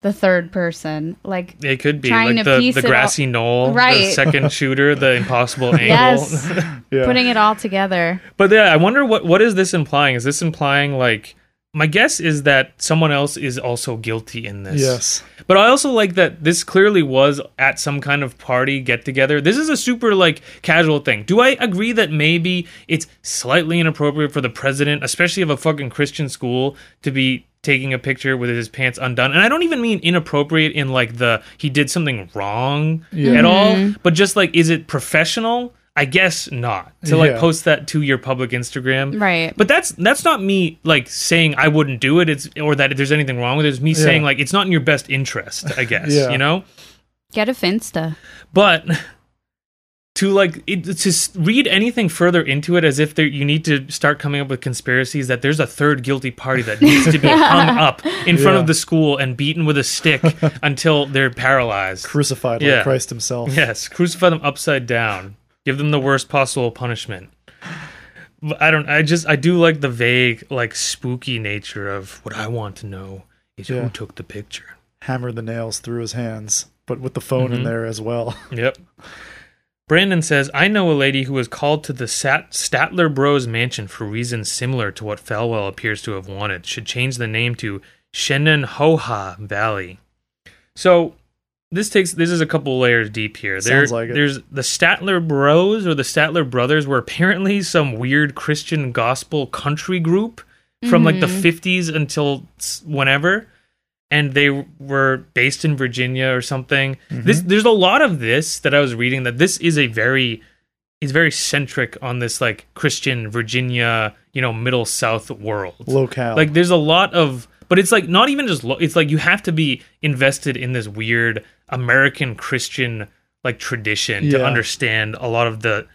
C: the third person, like
A: They could be
C: Trying
A: like
C: to
A: the,
C: piece
A: the
C: it all-
A: grassy knoll, the
C: Right. *laughs*
A: second shooter, the impossible angle.
C: Yes.
B: *laughs* yeah.
C: putting it all together.
A: But yeah, I wonder what what is this implying? Is this implying like my guess is that someone else is also guilty in this?
B: Yes.
A: But I also like that this clearly was at some kind of party get together. This is a super like casual thing. Do I agree that maybe it's slightly inappropriate for the president, especially of a fucking Christian school, to be taking a picture with his pants undone? And I don't even mean inappropriate in like the he did something wrong
B: Yeah. Mm-hmm.
A: at all, but just like is it professional? I guess not. To like
B: Yeah.
A: post that to your public Instagram.
C: Right.
A: But that's that's not me like saying I wouldn't do it. It's or that there's anything wrong with it. It's me saying like it's not in your best interest. I guess
B: Yeah.
A: you know.
C: Get a Finsta.
A: But to like it, to s- read anything further into it as if there, you need to start coming up with conspiracies that there's a third guilty party that needs to be hung up in front of
B: Yeah.
A: the school and beaten with a
B: *laughs*
A: stick until they're paralyzed.
B: Crucified
A: Yeah.
B: like Christ himself.
A: Yes, crucify them upside down. Give them the worst possible punishment. But I don't. I just. I do like the vague, like spooky nature of what I want to know is
B: Yeah.
A: who took the picture.
B: Hammered the nails through his hands, but with the phone
A: Mm-hmm.
B: in there as well. *laughs*
A: Yep. Brandon says, "I know a lady who was called to the Sat- Statler Bros mansion for reasons similar to what Falwell appears to have wanted. Should change the name to Shenandoah Valley." So, this takes this is a couple layers deep here.
B: Sounds like it.
A: There's the Statler Bros or the Statler Brothers were apparently some weird Christian gospel country group from like the 50s until s- whenever and they were based in Virginia or something. This there's a lot of this that I was reading that this is a very is very centric on this like Christian Virginia, you know, middle south world.
B: Locale.
A: Like there's a lot of but it's like not even just lo- it's like you have to be invested in this weird American Christian like tradition to
B: Yeah.
A: understand a lot of the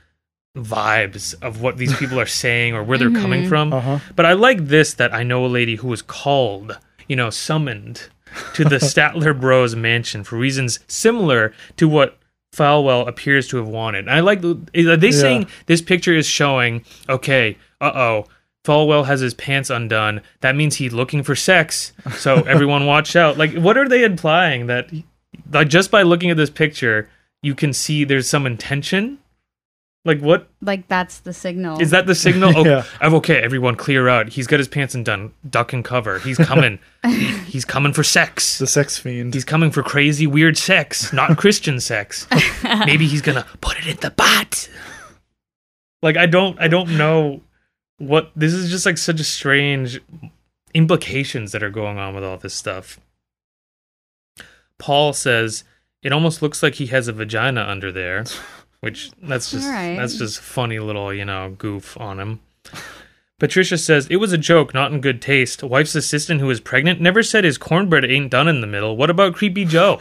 A: vibes of what these people are saying or where they're coming from.
B: Uh-huh.
A: But I like this that I know a lady who was called, you know, summoned to the Statler Bros mansion for reasons similar to what Falwell appears to have wanted. And I like are they saying this picture is showing, okay, uh oh, Falwell has his pants undone. That means he's looking for sex. So everyone watch out. Like what are they implying that like just by looking at this picture, you can see there's some intention? Like what
C: Like that's the signal.
A: is that the
B: *laughs*
A: signal? Oh,
B: Yeah.
A: I'm okay, everyone, clear out. He's got his pants undone. Duck and cover. He's coming. He's coming for sex.
B: the sex fiend.
A: He's coming for crazy, weird sex, not Christian sex. Maybe he's gonna put it in the butt. Like I don't, I don't know what this is. Just like such a strange implications that are going on with all this stuff. Paul says it almost looks like he has a vagina under there, which that's just
C: All right.
A: that's just funny little you know goof on him. Patricia says, It was a joke, not in good taste. Wife's assistant, who is pregnant, never said his cornbread ain't done in the middle. What about Creepy Joe?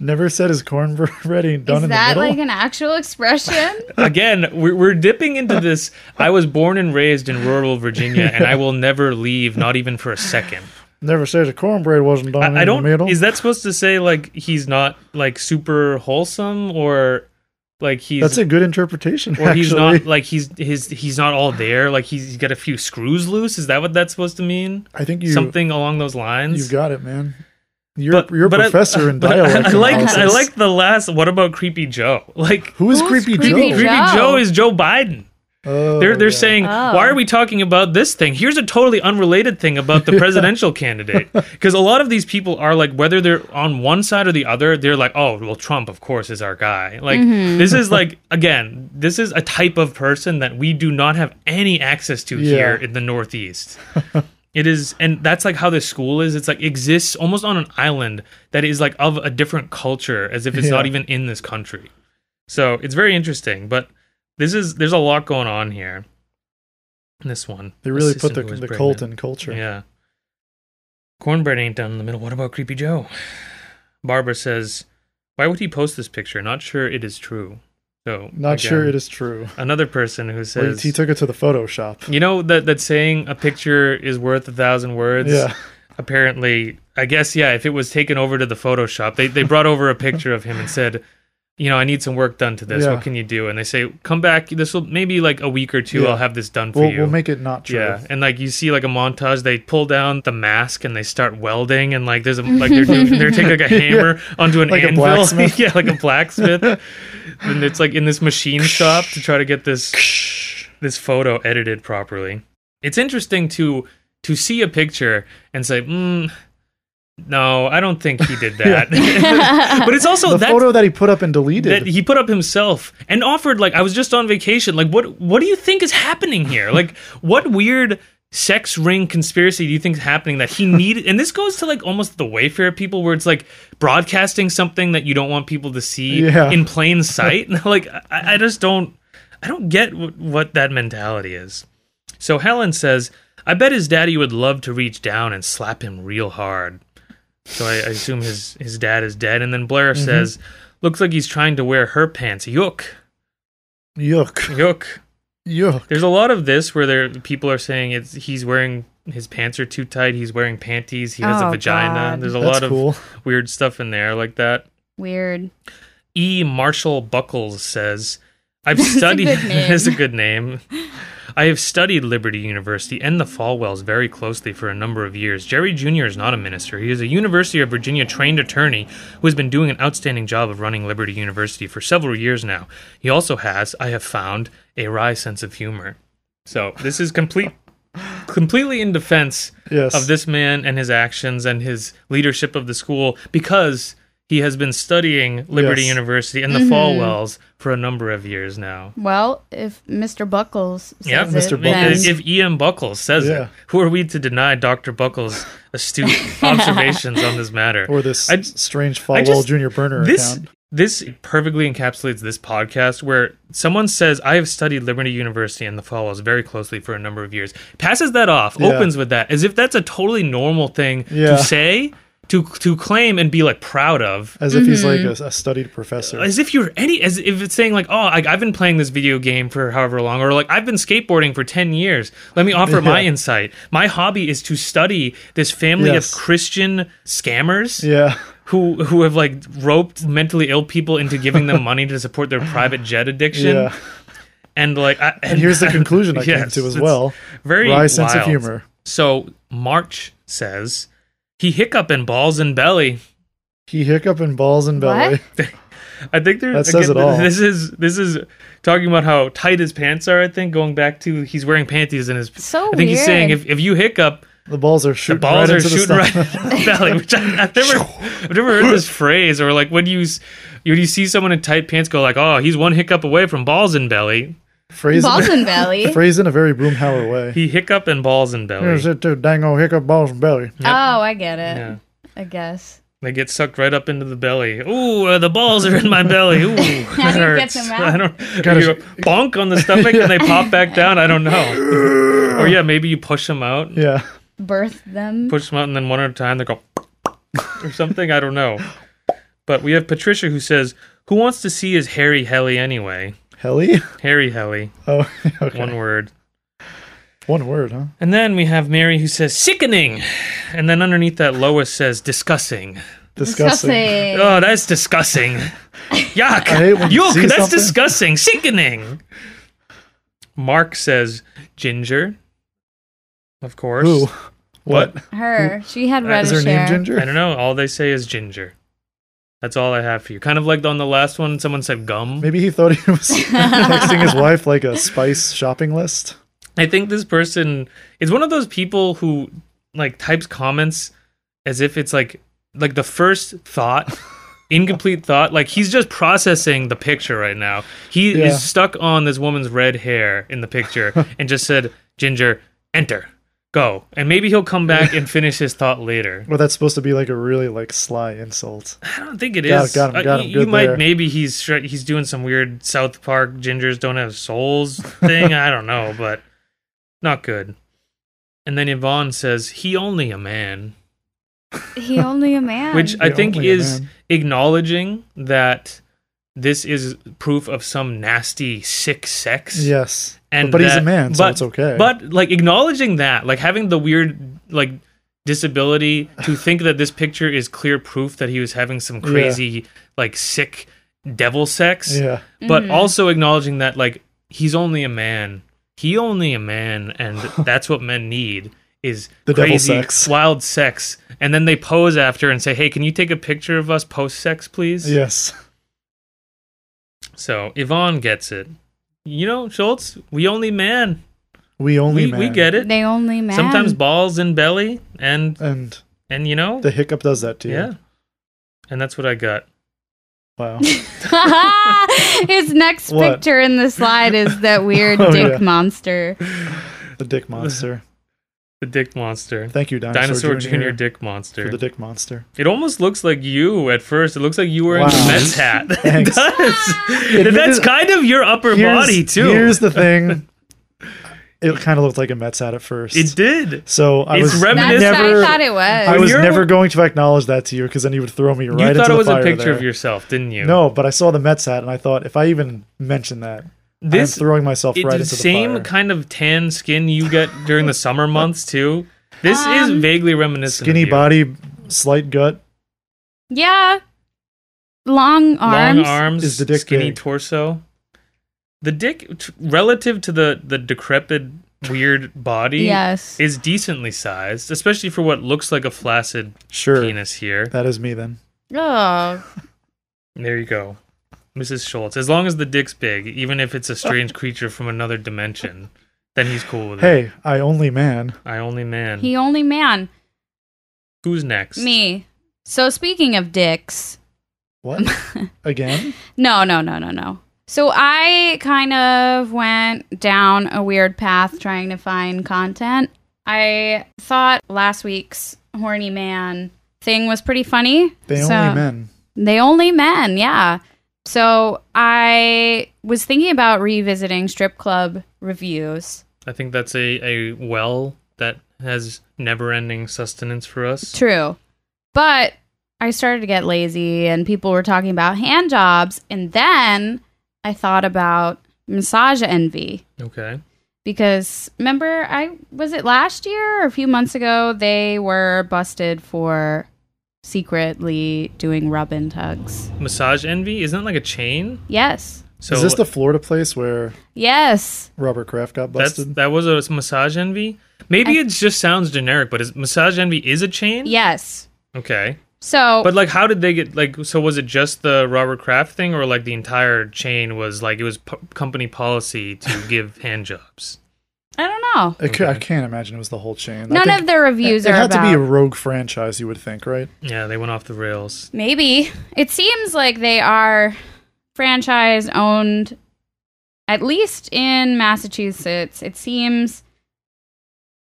B: Never said his *laughs* cornbread ain't done
C: Is
B: in
C: that
B: the middle.
C: like an actual expression?
B: *laughs*
A: Again, we're, we're dipping into this. I was born and raised in rural Virginia, and I will never leave, not even for a second.
B: Never said his cornbread wasn't done
A: I, I
B: in
A: don't.
B: the middle.
A: Is that supposed to say, like, he's not, like, super wholesome or, like, he's.
B: That's a good interpretation.
A: or
B: actually.
A: he's not like he's his he's not all there like he's, he's got a few screws loose is that what that's supposed to mean
B: I think you
A: something along those lines
B: you got it, man. You're you're a
A: I-
B: professor in
A: but
B: dialect.
A: *laughs* I, like I
B: analysis.
A: like the last. What about Creepy Joe? Like
B: who is
C: Who's
B: creepy,
C: Creepy
B: Joe?
A: Creepy
C: Joe.
A: Joe, is Joe Biden.
B: Oh,
A: They're they're
B: yeah.
A: saying
C: Oh.
A: why are we talking about this thing? Here's a totally unrelated thing about
B: *laughs*
A: the presidential candidate because a lot of these people are like whether they're on one side or the other, they're like oh well Trump of course is our guy. Like this is like again this is a type of person that we do not have any access to
B: Yeah.
A: here in the Northeast. It is, and that's like how this school is. It's like exists almost on an island that is like of a different culture, as if it's
B: Yeah.
A: not even in this country. So it's very interesting. But this is there's a lot going on here. In this one,
B: they really put
A: Assistant
B: the
A: who was
B: the
A: pregnant.
B: cult in culture.
A: Yeah. Cornbread ain't down in the middle. What about Creepy Joe? Barbara says, "Why would he post this picture? Not sure it is true." So
B: Not sure
A: again,
B: it is true.
A: Another person who
B: Or
A: says
B: he took it to the
A: *laughs*
B: Photoshop.
A: you know that that saying a picture is worth a thousand words.
B: Yeah.
A: Apparently, I guess yeah. If it was taken over to the Photoshop, they they brought over a picture of him and said, you know, I need some work done to this.
B: Yeah.
A: What can you do? And they say, come back. This will maybe like a week or two.
B: Yeah.
A: I'll have this done for
B: We'll,
A: you.
B: we'll make it not true.
A: yeah, and like you see, like a montage. They pull down the mask and they start welding, and like there's a like they're doing, they're
B: *laughs*
A: taking like a hammer onto an
B: Like a
A: anvil, *laughs*
B: blacksmith.
A: yeah, like a
B: *laughs*
A: blacksmith. and it's like in this machine shop to try to get this this photo edited properly. It's interesting to to see a picture and say, mm, "No, I don't think he
B: *laughs*
A: did that." *laughs* but it's also
B: The
A: that's
B: photo that he put up and deleted.
A: that he put up himself and offered like I was just on vacation. Like what what do you think is happening here? Like *laughs* what weird sex ring conspiracy do you think is happening that he needed and this goes to like almost the Wayfair people where it's like broadcasting something that you don't want people to see
B: Yeah.
A: in plain sight. *laughs* like I, I just don't I don't get what, what that mentality is. So Helen says, I bet his daddy would love to reach down and slap him real hard. So I, I assume his, his dad is dead. And then Blair
B: Mm-hmm.
A: says, Looks like he's trying to wear her pants. Yuck.
B: Yuck.
A: Yuck.
B: Yuck.
A: There's a lot of this where there people are saying it's he's wearing his pants are too tight, he's wearing panties, he has a
C: Oh,
A: vagina.
C: God.
A: There's a
B: That's
A: lot of
B: cool.
A: weird stuff in there like that.
C: Weird.
A: E. Marshall Buckles says, I've
C: That's a
A: studied.
C: good
A: *laughs*
C: name.
A: That's a good name. I have studied Liberty University and the Falwells very closely for a number of years. Jerry Jr. is not a minister. He is a University of Virginia trained attorney who has been doing an outstanding job of running Liberty University for several years now. He also has, I have found, a wry sense of humor. So this is complete, *laughs* completely in defense
B: Yes.
A: of this man and his actions and his leadership of the school because he has been studying Liberty
B: Yes.
A: University and the
C: Mm-hmm.
A: Falwells for a number of years now.
C: Well, if Mr. Buckles says
A: Yeah,
B: Mr.
C: it, then-
B: Buckles.
A: If E.M. Buckles says
B: Yeah.
A: it, who are we to deny Dr. Buckles'
C: *laughs*
A: astute observations on this matter?
B: or this
A: I-
B: strange
A: I
B: Falwell
A: just-
B: Junior burner
A: this
B: account.
A: this perfectly encapsulates this podcast where someone says i have studied liberty university and the falls very closely for a number of years passes that off
B: Yeah.
A: opens with that as if that's a totally normal thing
B: Yeah.
A: to say to to claim and be like proud of
B: As if he's like
A: Mm-hmm.
B: a, a studied professor.
A: as if you're any as if it's saying like oh I, i've been playing this video game for however long or like i've been skateboarding for 10 years let me offer my
B: *laughs* Yeah.
A: insight my hobby is to study this family
B: Yes.
A: of christian scammers
B: yeah.
A: who who have like roped mentally ill people into giving them money to support their private jet addiction
B: Yeah.
A: *laughs* and like I, *laughs*
B: And here's the conclusion I
A: Yes,
B: came to as
A: it's
B: well.
A: very
B: Wry sense of
A: wild.
B: humor.
A: so march says he hiccup and balls and belly
B: He hiccup and balls and belly.
C: What?
A: i think there,
B: That says it all.
A: this is this is talking about how tight his pants are i think going back to he's wearing panties and his
C: So
A: i think he's saying
C: weird.
A: if, if you hiccup
B: The balls are shooting
A: balls
B: right
A: are
B: into the
A: shooting
B: stomach.
A: right in the *laughs* belly. Which I, I've never, I've never heard
B: *laughs*
A: this phrase. Or like when you, s- when you see someone in tight pants, go like, "Oh, he's one hiccup away from balls in belly."
B: Phrase,
C: Balls
B: *laughs*
C: and belly.
B: phrase in a very Broomhauer way.
A: He hiccup and balls in belly.
B: Here's it to dango hiccup balls and belly.
C: Oh, I get it.
A: Yeah.
C: I guess.
A: They get sucked right up into the belly. Ooh, uh, the balls are in my belly.
C: *laughs*
A: Ooh, that
C: How do you get
A: hurts.
C: them out?
A: *laughs* I don't. Gotta you bonk on the stomach and
B: *laughs*
A: they pop back down. I don't know. or yeah, maybe you push them out.
B: Yeah.
C: Birth them.
A: Push them out, and then one at a time they go *laughs* or something. I don't know. But we have Patricia who says, "Who wants to see is Harry Helly anyway?
B: Helly?
A: Harry Helly,
B: *laughs* Oh, okay.
A: one word."
B: One word, huh?
A: And then we have Mary who says, "Sickening," and then underneath that Lois says, "Disgusting."
B: Disgusting.
A: Oh, that's disgusting. Yuck.
B: hate when you
A: Yuck,
B: see
A: that's
B: something.
A: disgusting. Sickening. Mark says ginger. Of course.
B: Who? What?
C: Her. She had
A: That
C: reddish
B: Is her
C: hair.
B: name Ginger?
A: I don't know. All they say is ginger. That's all I have for you. Kind of like on the last one, someone said gum.
B: Maybe he thought he was texting his wife like a spice shopping list.
A: I think this person is one of those people who like types comments as if it's like like the first thought, incomplete thought. Like he's just processing the picture right now. He
B: Yeah.
A: is stuck on this woman's red hair in the picture and just said, "Ginger, enter, go." And maybe he'll come back and finish his thought later.
B: Well, that's supposed to be like a really like sly insult.
A: I don't think it
B: Got
A: is.
B: him, got him,
A: Uh,
B: got
A: y-
B: him.
A: you
B: Good
A: might
B: there.
A: maybe he's str- he's doing some weird South Park gingers don't have souls thing. I don't know, but not good. And then Yvonne says he only a man,
C: He only a man.
A: which I
B: He
A: think
B: only a
A: is
B: man.
A: acknowledging that this is proof of some nasty sick sex.
B: Yes.
A: and
B: but he's a
A: that-
B: man, so it's okay.
A: But like acknowledging that, like having the weird like disability
B: *sighs*
A: to think that this picture is clear proof that he was having some crazy like sick devil sex,
B: yeah.
A: but also acknowledging that like he's only a man, he only a man,
B: *laughs*
A: and that's what men need is
B: The devil
A: crazy
B: sex.
A: wild sex. And then they pose after and say, "Hey, can you take a picture of us post sex, please?"
B: Yes.
A: So Yvonne gets it. You know, Schultz, we only man.
B: We only
A: we,
B: man.
A: we get it.
C: They only man. *laughs*
A: sometimes balls and belly and
B: And
A: and you know
B: the hiccup does that to you.
A: yeah and that's what i got
B: Wow.
C: His next
B: What?
C: picture in the slide is
B: *laughs*
C: that weird
B: Oh,
C: dick
B: yeah.
C: monster.
B: The dick monster.
A: the dick monster
B: Thank you, Dinosaur,
A: dinosaur
B: Jr.
A: junior dick
B: for
A: monster
B: the
A: *laughs*
B: dick monster.
A: it almost looks like you at first it looks like you were in
B: Wow.
A: a men's
B: *laughs*
A: hat *laughs* it
B: Thanks.
A: does
B: It-
A: that's
B: it-
A: kind of your upper body too *laughs*
B: Here's the thing. It kind of looked like a Mets hat at first.
A: it did
B: So I
A: It's
B: was
A: reminiscent.
C: That's
A: Never-
C: what I thought it was.
B: I was
A: You're-
B: never going to acknowledge that to you because then you would throw me right
A: you thought
B: into
A: it was
B: the
A: a
B: fire
A: picture
B: there.
A: of yourself didn't you
B: No, but I saw the Mets hat and I thought if I even mention that,
A: this
B: I'm throwing myself
A: it-
B: right
A: the
B: into the
A: same
B: fire.
A: kind of tan skin you get during the summer months too this is vaguely reminiscent
B: Skinny
A: of you.
B: body, slight gut.
C: yeah. Long arms.
A: long arms
B: Is the dick
A: skinny
B: big?
A: torso the dick t- relative to the the decrepit weird body
C: Yes.
A: is decently sized especially for what looks like a flaccid
B: Sure,
A: penis here
B: that is me then.
C: Oh.
A: there you go mrs schultz as long as the dick's big even if it's a strange creature from another dimension then he's cool with it
B: Hey, I only man.
A: i only man
C: He only man.
A: who's next
C: Me. So speaking of dicks. *laughs*
B: What again?
C: No, no, no, no, no. So I kind of went down a weird path trying to find content. I thought last week's horny man thing was pretty funny.
B: They
C: So-
B: only men.
C: They only men, yeah. So I was thinking about revisiting strip club reviews.
A: i think that's a a well that has never-ending sustenance for us
C: True. But I started to get lazy and people were talking about hand jobs and then I thought about massage envy.
A: okay
C: because remember i was it last year or a few months ago they were busted for secretly doing rub and tugs
A: massage envy isn't that like a chain
C: yes
A: so
B: is this the Florida place where
C: yes
B: Robert Kraft got
A: That's
B: busted?
A: that was a massage envy. Maybe it just sounds generic, but is massage envy is a chain?
C: yes
A: Okay.
C: so
A: But like, how did they get like? So was it just the Robert Kraft thing, or like the entire chain was like it was p- company policy
C: *laughs*
A: to give hand jobs?
C: i don't know
B: I, ca- I can't imagine it was the whole chain. I
C: none
B: think
C: of the reviews
B: it, it
C: are
B: had
C: about
B: to be a rogue franchise, you would think, right?
A: Yeah, they went off the rails.
C: maybe it seems like they are franchise owned at least in massachusetts it seems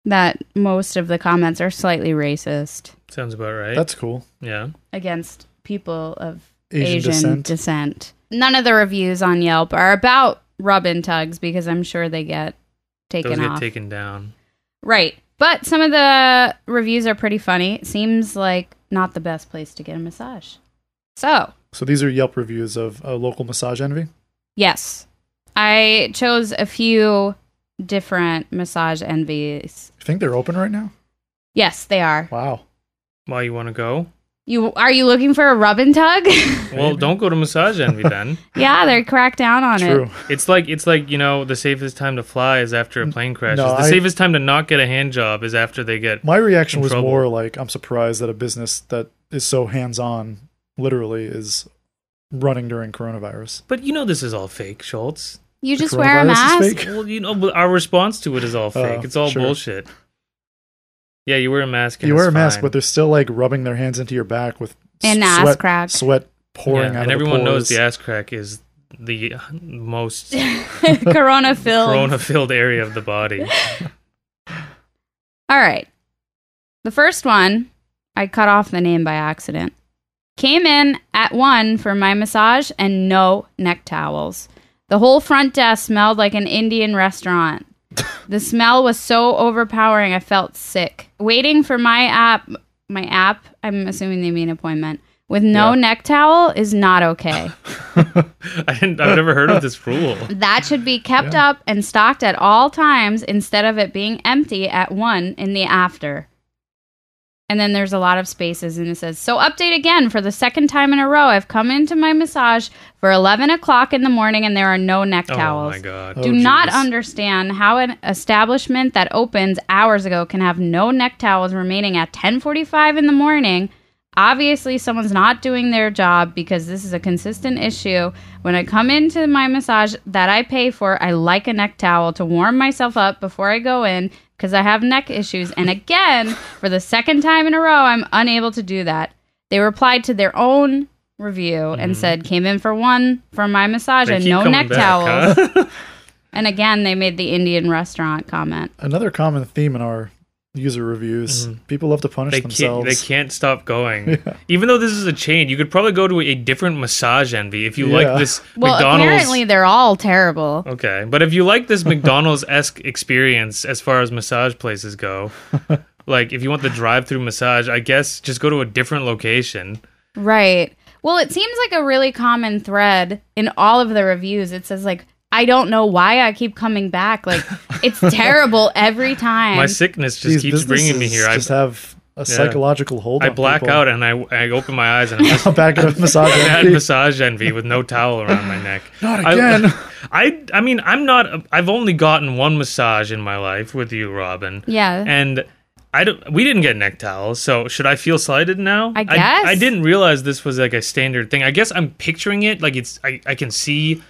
C: that most of the comments are slightly racist
A: Sounds about right.
B: That's cool.
A: yeah.
C: against people of
B: Asian
C: Asian,
B: descent.
C: descent. None of the reviews on Yelp are about rub and tugs because I'm sure they get taken
A: Those get
C: off.
A: taken down.
C: right. But some of the reviews are pretty funny. It seems like not the best place to get a massage. So,
B: So these are Yelp reviews of uh, local massage envy.
C: yes, I chose a few different massage envies.
B: You think they're open right now?
C: Yes, they are.
B: Wow.
A: Why you want to go?
C: You are you looking for a rub and tug? *laughs*
A: Well, don't go to massage envy then.
C: yeah, they're cracked down on
B: True.
C: it.
A: It's like it's like you know the safest time to fly is after a plane crash.
B: No,
A: the
B: I-
A: safest time to not get a hand job is after they get.
B: My reaction
A: In
B: was
A: trouble.
B: more like I'm surprised that a business that is so hands-on, literally, is running during coronavirus.
A: But you know this is all fake, Schultz.
C: You
B: The
C: just wear a
B: coronavirus is *laughs*
C: mask.
B: fake?
A: Well, you know but our response to it is all fake.
B: Oh,
A: it's all
B: sure.
A: bullshit. Yeah, you wear a mask. And
B: you wear a
A: it's
B: mask,
A: fine.
B: but they're still like rubbing their hands into your back with
C: And
B: s-
C: ass
B: sweat,
C: crack.
B: sweat pouring
A: Yeah,
B: out.
A: and
B: of
A: everyone
B: the
A: knows the
B: pores.
A: ass crack is the
C: *laughs*
A: most *laughs*
C: corona filled.
A: corona-filled area of the body.
C: All right. The first one, I cut off the name by accident. Came in at one for my massage and no neck towels. The whole front desk smelled like an Indian restaurant. the smell was so overpowering, I felt sick. Waiting for my app, my app, I'm assuming they mean appointment, with no
B: Yeah.
C: neck towel is not okay.
A: I didn't, I've never heard of this
C: *laughs*
A: rule. Oh
C: That should be kept up and stocked at all times instead of it being empty at one in the after. And then there's a lot of spaces, and it says, So update again for the second time in a row. I've come into my massage for 11 o'clock in the morning and there are no neck
A: Oh
C: towels.
A: my god.
B: Oh,
C: Do not
B: geez.
C: understand how an establishment that opens hours ago can have no neck towels remaining at 10:45 in the morning. Obviously, someone's not doing their job because this is a consistent issue. When I come into my massage that I pay for, I like a neck towel to warm myself up before I go in because I have neck issues.
A: *laughs*
C: And again, for the second time in a row, I'm unable to do that. They replied to their own review and said, "Came in for one for my
A: Mm-hmm.
C: massage
A: They
C: and
A: keep
C: no
A: coming
C: neck
A: back,
C: towels."
A: *laughs* huh?
C: And again, they made the Indian restaurant comment.
B: Another common theme in our user reviews: people love to punish
A: Mm-hmm. They can't,
B: themselves.
A: they can't stop going.
B: *laughs*
A: Even though this is a chain, you could probably go to a different massage envy if you
B: Yeah.
A: like this
C: Well,
A: McDonald's.
C: apparently they're all terrible.
A: Okay, but if you like this McDonald's esque
B: *laughs*
A: experience as far as massage places go, like if you want the drive through massage, I guess just go to a different location.
C: Right. Well, it seems like a really common thread in all of the reviews. It says like, I don't know why I keep coming
A: *laughs*
C: back. Like, it's terrible every time.
A: My sickness just
B: These
A: keeps bringing me here.
B: businesses
A: I,
B: Just have a psychological hold.
A: I
B: on
A: black
B: people.
A: out and I, I open my eyes and I'm just
B: *laughs* Back to massage.
A: bad
B: envy.
A: massage envy with no towel around my neck.
B: *laughs* Not
A: I-
B: again.
A: I, *laughs* I mean I'm not I've only gotten one massage in my life with you, Robin.
C: yeah.
A: And I don't, we didn't get neck towels, so should I feel slighted now?
C: I guess.
A: I, didn't realize this was like a standard thing. I guess I'm picturing it like it's I, I can see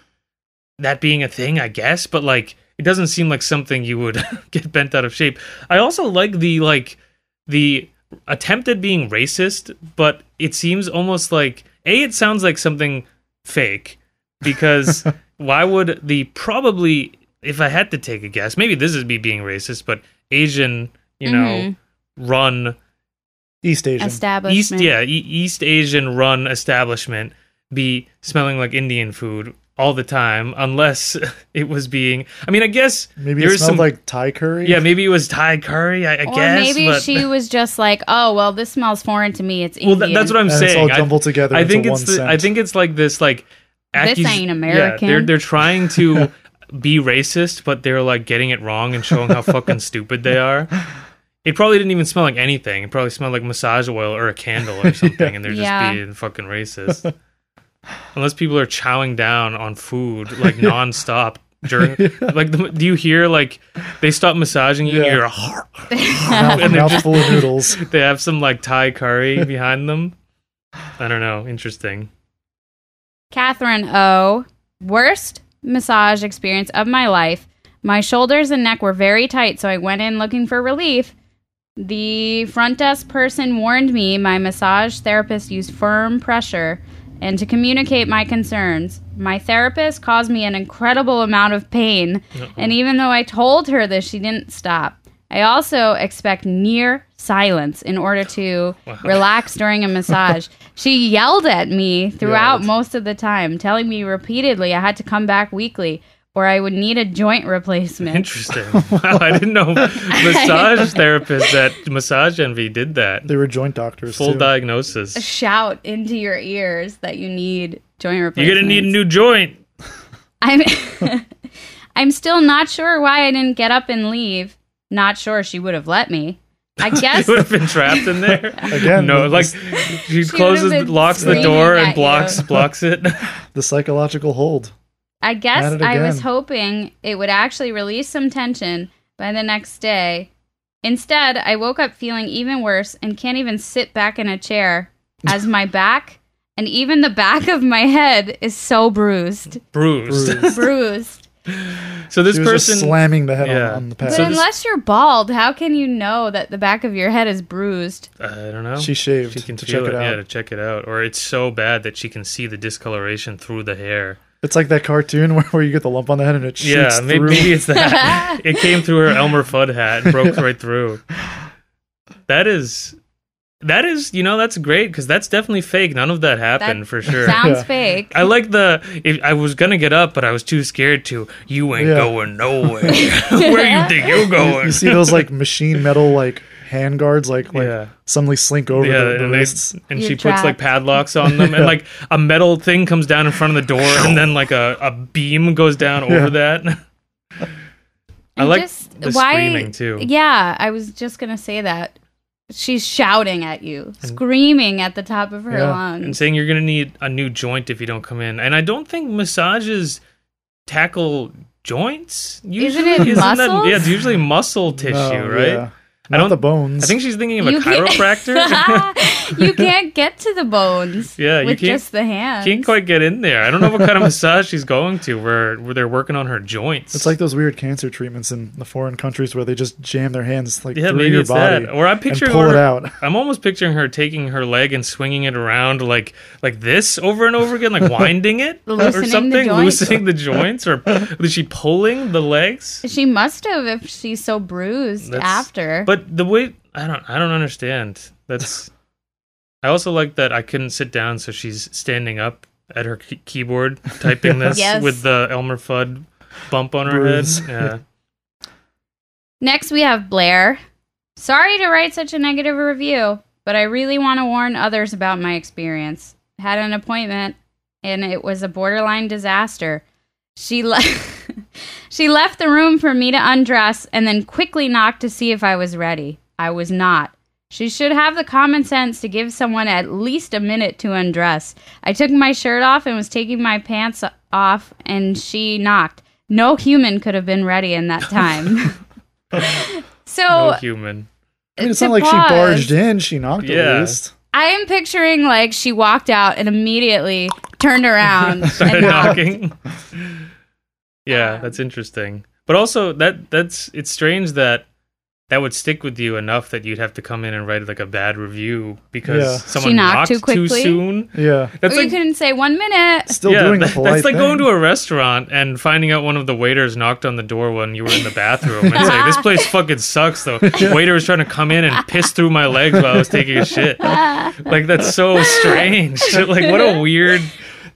A: that being a thing, I guess, but like it doesn't seem like something you would *laughs* get bent out of shape. I also like the like the attempt at being racist, but it seems almost like a it sounds like something fake because why would the probably if I had to take a guess, maybe this is me being racist, but Asian, you know,
C: Mhm.
A: run
B: East Asian.
C: Establishment.
A: East yeah, e- East Asian run establishment be smelling like Indian food all the time unless *laughs* it was being I mean, I guess
B: Maybe it
A: there's
B: smelled
A: some
B: like Thai curry.
A: yeah, maybe it was Thai curry, I, I
C: Or
A: guess.
C: maybe
A: but,
C: she was just like, oh, well, this smells foreign to me. It's
A: well,
C: Indian.
A: tha- that's what I'm
B: And it's
A: saying.
B: all jumbled together
A: I think
B: into
A: it's
B: one
A: the, I *laughs*
B: scent.
A: think it's like this like
C: This ain't
A: yeah,
C: American.
A: they're they're trying
C: *laughs*
A: to be racist, but they're like getting it wrong and showing how fucking stupid they are. It probably didn't even smell like anything. It probably smelled like massage oil or a candle
B: *laughs*
A: or something, and they're just
C: Yeah.
A: being fucking racist. Unless people are chowing down on food
B: *laughs*
A: like nonstop during, like, the, do you hear like they stop massaging you?
B: Yeah.
A: You're *laughs* a
B: Mouth,
A: And they're
B: mouthful of noodles.
A: they have some like Thai curry behind them. I don't know. Interesting.
C: Catherine O. Worst massage experience of my life. My shoulders and neck were very tight, so I went in looking for relief. The front desk person warned me my massage therapist used firm pressure and to communicate my concerns. My therapist caused me an incredible amount of pain, and even though I told her this, she didn't stop. I also expect near silence in order to relax during a massage. she yelled at me throughout
B: Yeah.
C: most of the time, telling me repeatedly I had to come back weekly or I would need a joint replacement.
A: Interesting. *laughs* Wow, I didn't
C: *laughs*
A: know massage therapists at Massage Envy did that.
B: They were joint doctors.
A: Full
B: too.
A: diagnosis.
C: Shout into your ears that you need joint replacement.
A: You're gonna need a new
C: *laughs*
A: joint.
C: I'm *laughs* I'm still not sure why I didn't get up and leave. Not sure she would have let me.
A: *laughs*
C: I
A: You
C: guess
A: would have been trapped in there.
C: *laughs*
A: *laughs*
B: Again,
A: no,
B: the-
A: like she closes,
C: been
A: locks the
C: screaming
A: door,
C: at
A: and blocks
C: you.
A: blocks it. *laughs*
B: the psychological hold.
C: I
B: At
C: guess
B: it
C: I was
B: again.
C: hoping it would actually release some tension by the next day. Instead, I woke up feeling even worse and can't even sit back in a chair
B: *laughs*
C: as my back and even the back of my head is
B: *laughs*
C: so bruised.
A: Bruised.
B: Bruised.
C: Bruised.
A: So this
B: She was
A: person.
B: just slamming the head on-
A: Yeah.
B: on, the
C: But
A: So
B: pad.
A: this-
C: unless you're bald, how can you know that the back of your head is bruised?
A: I don't know.
B: she shaved
A: she can
B: to check
A: feel
B: it,
A: it,
B: out.
A: yeah, to check it out. Or it's so bad that she can see the discoloration through the hair.
B: It's like that cartoon *laughs* where, where you get the lump on the head and it shoots
A: yeah, may-
B: through.
A: maybe, it's
B: *laughs*
A: that. it came through her Elmer Fudd hat and broke right through. That is, that is, you know, that's great because that's definitely fake. None of that happened
C: That
A: for sure.
C: Sounds
B: Yeah.
C: fake.
A: I like the. If I was gonna get up, but I was too scared to. You ain't
B: Yeah.
A: going
B: *laughs*
A: nowhere. *laughs* Where you think you're *laughs*
B: you,
A: going?
B: you see those like machine metal like hand guards like like
A: Yeah.
B: suddenly slink over the, the
A: and, they-
B: wrists.
A: and
C: You're
A: she puts like
C: trapped.
A: padlocks on them, and like a metal thing comes down in front of the door, and then like a, a beam goes down over
B: *laughs* Yeah.
A: that. *laughs* I
C: And
A: like
C: just-
A: the screaming too.
C: Yeah, I was just gonna say that. She's shouting at you, screaming at the top of her
B: Yeah.
A: and
C: lungs.
A: saying you're gonna need a new joint if you don't come in. And I don't think massages tackle joints. Usually, *laughs*
C: it
A: that-
C: muscles?
A: yeah, it's usually muscle tissue,
B: No,
A: right?
B: Oh, yeah.
A: I
B: Not
A: don't-
B: the bones.
A: I think she's thinking of a
C: You can't- *laughs*
A: chiropractor.
C: you can't get to the
A: *laughs*
C: bones.
A: Yeah, you
C: with
A: can't-
C: just the hands.
A: Can't quite get in there. I don't know what kind of massage she's going to where where they're working on her joints.
B: it's like those weird cancer treatments in the foreign countries where they just jam their hands like
A: yeah,
B: through
A: maybe
B: your
A: it's
B: body
A: that. Or I'm
B: and
A: picturing
B: pull
A: her,
B: it out. *laughs*
A: I'm almost picturing her taking her leg and swinging it around like like this over and over
B: *laughs*
A: again, like winding it
C: Loosening
A: or
C: the
A: something,
C: joints.
A: loosening the joints, or is she pulling the legs?
C: She must have if she's so bruised
A: That's-
C: after.
A: But the way I don't I don't understand. That's I also like that I couldn't sit down, so she's standing up at her key-
B: *laughs*
A: keyboard typing this
C: Yes.
A: with the Elmer Fudd bump on her
B: Bruise.
A: head.
C: *laughs*
A: Yeah.
C: Next, we have Blair. Sorry to write such a negative review, but I really want to warn others about my experience. Had an appointment, and it was a borderline disaster. She left. *laughs* she left the room for me to undress, and then quickly knocked to see if I was ready. I was not. She should have the common sense to give someone at least a minute to undress. I took my shirt off and was taking my pants off, and she knocked. No human could have been ready in that time. *laughs* so
A: No
C: *laughs*
A: human.
B: I mean, it's
C: to
B: not like she
C: pause.
B: barged in; she knocked
A: Yeah.
B: at least.
C: I am picturing like she walked out and immediately
A: *laughs*
C: turned around
A: started
C: and
B: *laughs*
C: knocked.
A: knocking. yeah,
C: Um,
A: that's interesting. But also that that's it's strange that that would stick with you enough that you'd have to come in and write like a bad review because
B: Yeah.
A: someone
C: She knocked
A: knocked,
C: too
A: too,
C: quickly?
A: soon.
B: Yeah,
A: That's
C: or you
A: like
C: couldn't say one minute.
B: still doing the
A: that-
B: polite
A: that's like
B: thing.
A: going to a restaurant and finding out one of the waiters knocked on the door when you were in the bathroom and say, "This place fucking sucks."
B: *laughs*
A: Though waiter was trying to come in and piss through my legs while I was taking a shit. Like that's so strange. *laughs* like what a weird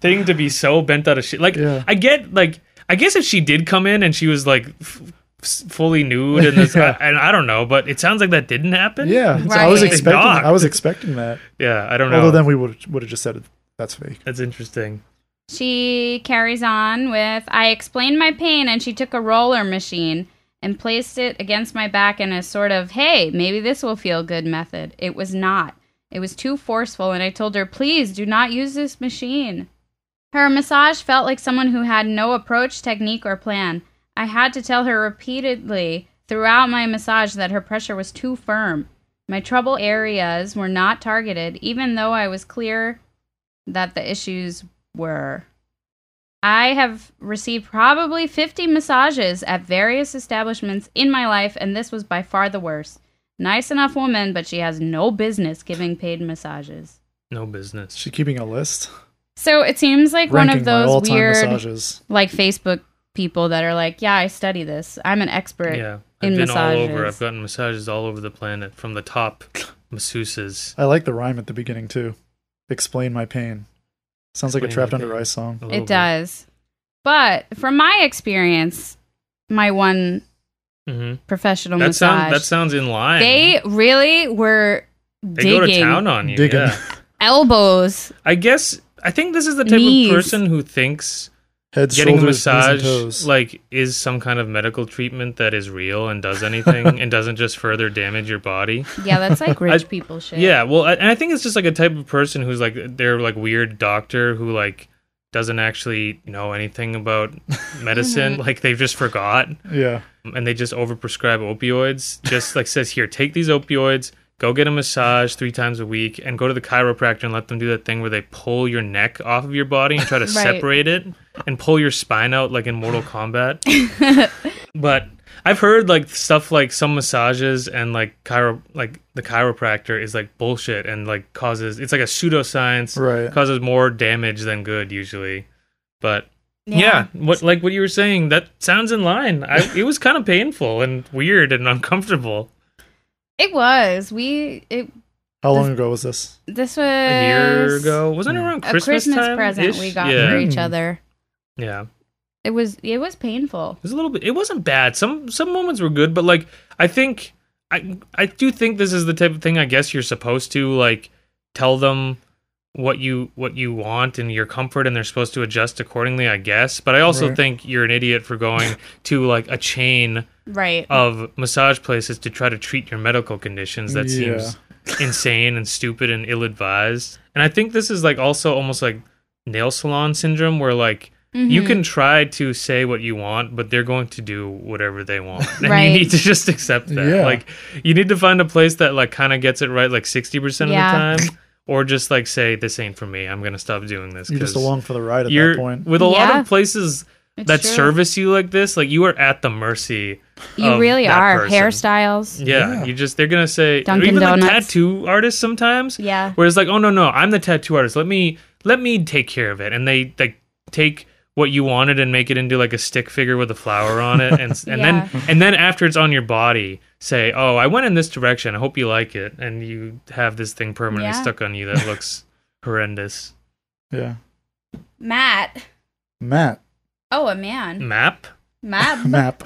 A: thing to be so bent out of shit. Like
B: Yeah.
A: I get like I guess if she did come in and she was like. F- s- fully nude and, this,
B: *laughs* Yeah.
A: and I don't know, but it sounds like that didn't happen.
B: yeah, so I was
C: Right.
B: expecting.
A: Knocked.
B: I was expecting that.
A: *laughs* yeah, I don't know.
B: Although then we would would have just said that's fake.
A: that's interesting.
C: She carries on with I explained my pain and she took a roller machine and placed it against my back in a sort of, hey, maybe this will feel good method. It was not. It was too forceful and I told her, please do not use this machine. Her massage felt like someone who had no approach, technique, or plan. I had to tell her repeatedly throughout my massage that her pressure was too firm. My trouble areas were not targeted, even though I was clear that the issues were. I have received probably 50 massages at various establishments in my life, and this was by far the worst. Nice enough woman, but she has no business giving paid massages.
A: No business.
B: Is she keeping a list?
C: So it seems like one
B: ranking
C: of
B: my
C: those
B: all-time
C: weird,
B: massages.
C: like Facebook people that are like, yeah, I study this. I'm an expert.
A: Yeah. I've
C: In
A: been all over.
C: massages.
A: I've gotten massages all over the planet from the top *laughs* masseuses.
B: I like the rhyme at the beginning too. Explain my pain. Sounds like a
A: Explain
B: trapped
A: my
B: under
A: pain.
B: ice song.
A: all over.
C: It does. But from my experience, my one
A: Mhm.
C: professional
A: That
C: massage,
A: sounds that sounds in line.
C: they really were
A: They
C: digging
A: go to town on you.
B: Digging.
A: Yeah.
C: elbows.
A: I guess I think this is the type
C: Knees.
A: of person who thinks
B: Head,
A: getting a
B: shoulders, knees, and
A: massage
B: toes.
A: like is some kind of medical treatment that is real and does
C: *laughs*
A: anything and doesn't just further damage your body.
C: Yeah,
A: *laughs*
C: that's like rich
A: I-
C: people shit.
A: Yeah, well, I, and I think it's just like a type of person who's like their like weird doctor who like doesn't actually know anything
C: *laughs*
A: about medicine.
C: Mm-hmm.
A: Like they've just forgot
B: yeah.
A: and they just overprescribe opioids. Just like says here, take these opioids, go get a massage three times a week, and go to the chiropractor and let them do that thing where they pull your neck off of your body and try to
C: Right.
A: separate it and pull your spine out like in Mortal Kombat. but I've heard like stuff like some massages and like chiro like the chiropractor is like bullshit and like causes it's like a pseudoscience
B: Right.
A: causes more damage than good usually. But yeah. what like what you were saying? That sounds in line. I, it was kind of painful and weird and uncomfortable.
C: It was. We it
B: How long ago was this?
C: this was
A: A year ago, wasn't it around
C: A
A: Christmas
C: Christmas
A: time?
C: present
A: ish?
C: we got
A: yeah.
C: for each
B: Hmm.
C: other.
A: yeah, it
C: It was it was painful.
A: was a little bit. It wasn't bad. Some some moments were good, but like I think I I do think this is the type of thing. I guess you're supposed to like tell them what you what you want and your comfort and they're supposed to adjust accordingly i guess but i also
B: Right.
A: think you're an idiot for
C: *laughs*
A: going to like a chain
C: Right.
A: of massage places to try to treat your medical conditions. That
B: Yeah.
A: seems insane and stupid and ill advised. And I think this is like also almost like nail salon syndrome where like you
C: Mm-hmm.
A: can try to say what you want, but they're going to do whatever they want. *laughs* And
C: Right.
A: you need to just accept that.
B: Yeah.
A: Like you need to find a place that like kind of gets it right like 60%
C: Yeah.
A: of the time or just like say this ain't for me. I'm going to stop doing this
B: You're just
A: 'cause
B: along for the ride at
A: you're
B: that point.
A: with a lot
C: Yeah.
A: of places
C: It's
A: that
C: true.
A: service you like this, like you are at the mercy
C: You
A: of
C: really
A: that
C: are
A: person. Mm.
C: hairstyles.
A: yeah,
B: Yeah.
A: you just they're gonna say
C: Dunkin'
A: even like
C: Donuts.
A: tattoo artists sometimes.
C: Yeah.
A: Where it's like, oh no no, I'm the tattoo artist. Let me let me take care of it, and they like take what you wanted and make it into like a stick figure with a flower on it,
C: *laughs*
A: and and
C: Yeah.
A: then and then after it's on your body, say, oh, I went in this direction. I hope you like it, and you have this thing permanently
C: Yeah.
A: stuck on you that
C: *laughs*
A: looks horrendous.
B: Yeah.
C: Matt.
B: Matt.
C: Oh, a man.
A: Map
C: Matt,
B: *laughs* Map.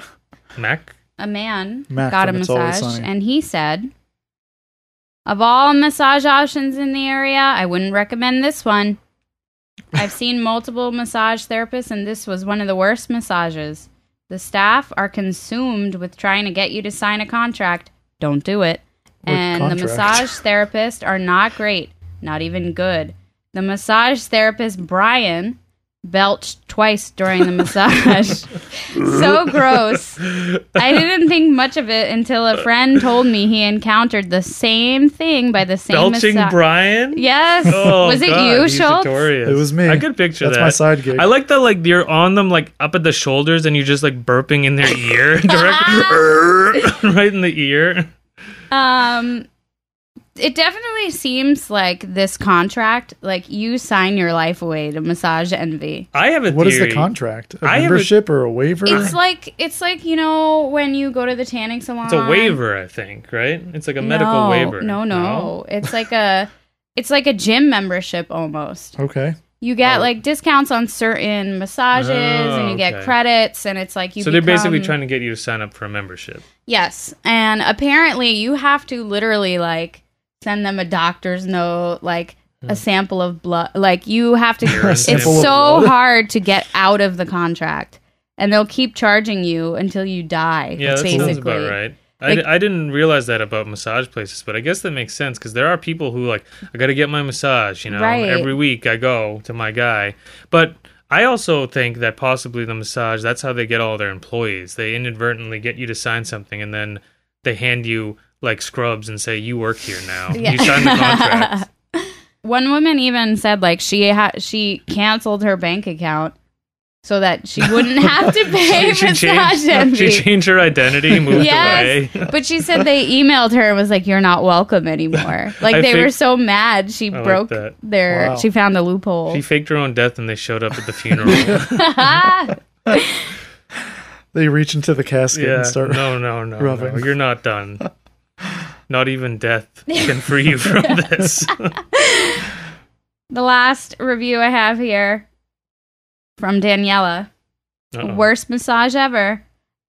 A: Mac.
C: a man,
B: Matt
C: got a
B: from It's Always
C: massage,
B: Sunny.
C: and he said, "Of all massage options in the area, I wouldn't recommend this one. I've seen multiple massage therapists, and this was one of the worst massages. The staff are consumed with trying to get you to sign a contract. Don't do it.
B: What
C: and the
B: contract?
C: massage therapists are not great, not even good. The massage therapist Brian." belched twice
B: *laughs*
C: during the massage. so gross. I didn't think much of it until a friend told me he encountered the same thing by the same
A: Belching
C: massa-
A: Brian.
C: Yes.
A: Oh,
C: was it
A: God,
C: you,
A: he's
C: Schultz?
A: notorious.
B: It was me.
A: I could picture
B: That's
A: that.
B: my side gig.
A: I like that, like you're on them, like up at the shoulders, and you're just like burping in their ear, *laughs* direct, right in the ear.
C: *laughs* Um it definitely seems like this contract, like you sign your life away to massage envy.
A: I have a
B: What is
A: theory.
B: the contract? A
A: I have a-
B: membership or a waiver?
C: It's like it's like, you know, when you go to the tanning salon.
A: It's a waiver, I think, right? It's like a medical
C: no,
A: waiver.
C: No, no, It's like a it's like a gym membership almost.
B: okay.
C: You get
A: Oh.
C: like discounts on certain massages
A: Oh,
C: and you get
A: okay.
C: credits and it's like you
A: so they're basically
C: become-
A: trying to get you to sign up for a membership.
C: Yes. And apparently you have to literally like send them a doctor's note, like a sample of blood. Like you have
A: *laughs*
C: to
A: Urine
C: it's
A: Hmm. sample
B: of
A: *laughs*
C: so
B: blood.
C: hard to get out of the contract. And they'll keep charging you until you die.
A: Yeah, that
C: basically.
A: sounds about right. I,
C: Like-
A: di- I didn't realize that about massage places, but I guess that makes sense because there are people who like I got to get my massage, you know,
C: Right.
A: every week I go to my guy. But I also think that possibly the massage that's how they get all their employees. They inadvertently get you to sign something and then they hand you like scrubs and say you work here now.
C: Yeah.
A: You signed the
C: *laughs*
A: contract.
C: One woman even said like she ha- she canceled her bank account so that
A: *laughs*
C: she wouldn't have to pay
A: she,
C: massage
A: changed,
C: envy.
A: she changed her identity, moved
C: Yes,
A: away. *laughs*
C: but she said they emailed her and was like, "You're not
A: *laughs*
C: welcome anymore." Like
A: I
C: they were
A: think-
C: so mad, she
A: like
C: broke
A: that.
C: their.
B: Wow.
C: *laughs* She found a loophole. *laughs*
A: She faked her own death and they showed up at the funeral.
C: but
B: They reach into the casket
A: Yeah.
B: and start. *laughs*
A: no, no, no, no.
B: rubbing.
A: You're not done.
B: *laughs*
A: Not even death can free you from
B: *laughs*
A: this.
C: The last review I have here from Daniela.
A: Uh-oh.
C: Worst massage ever.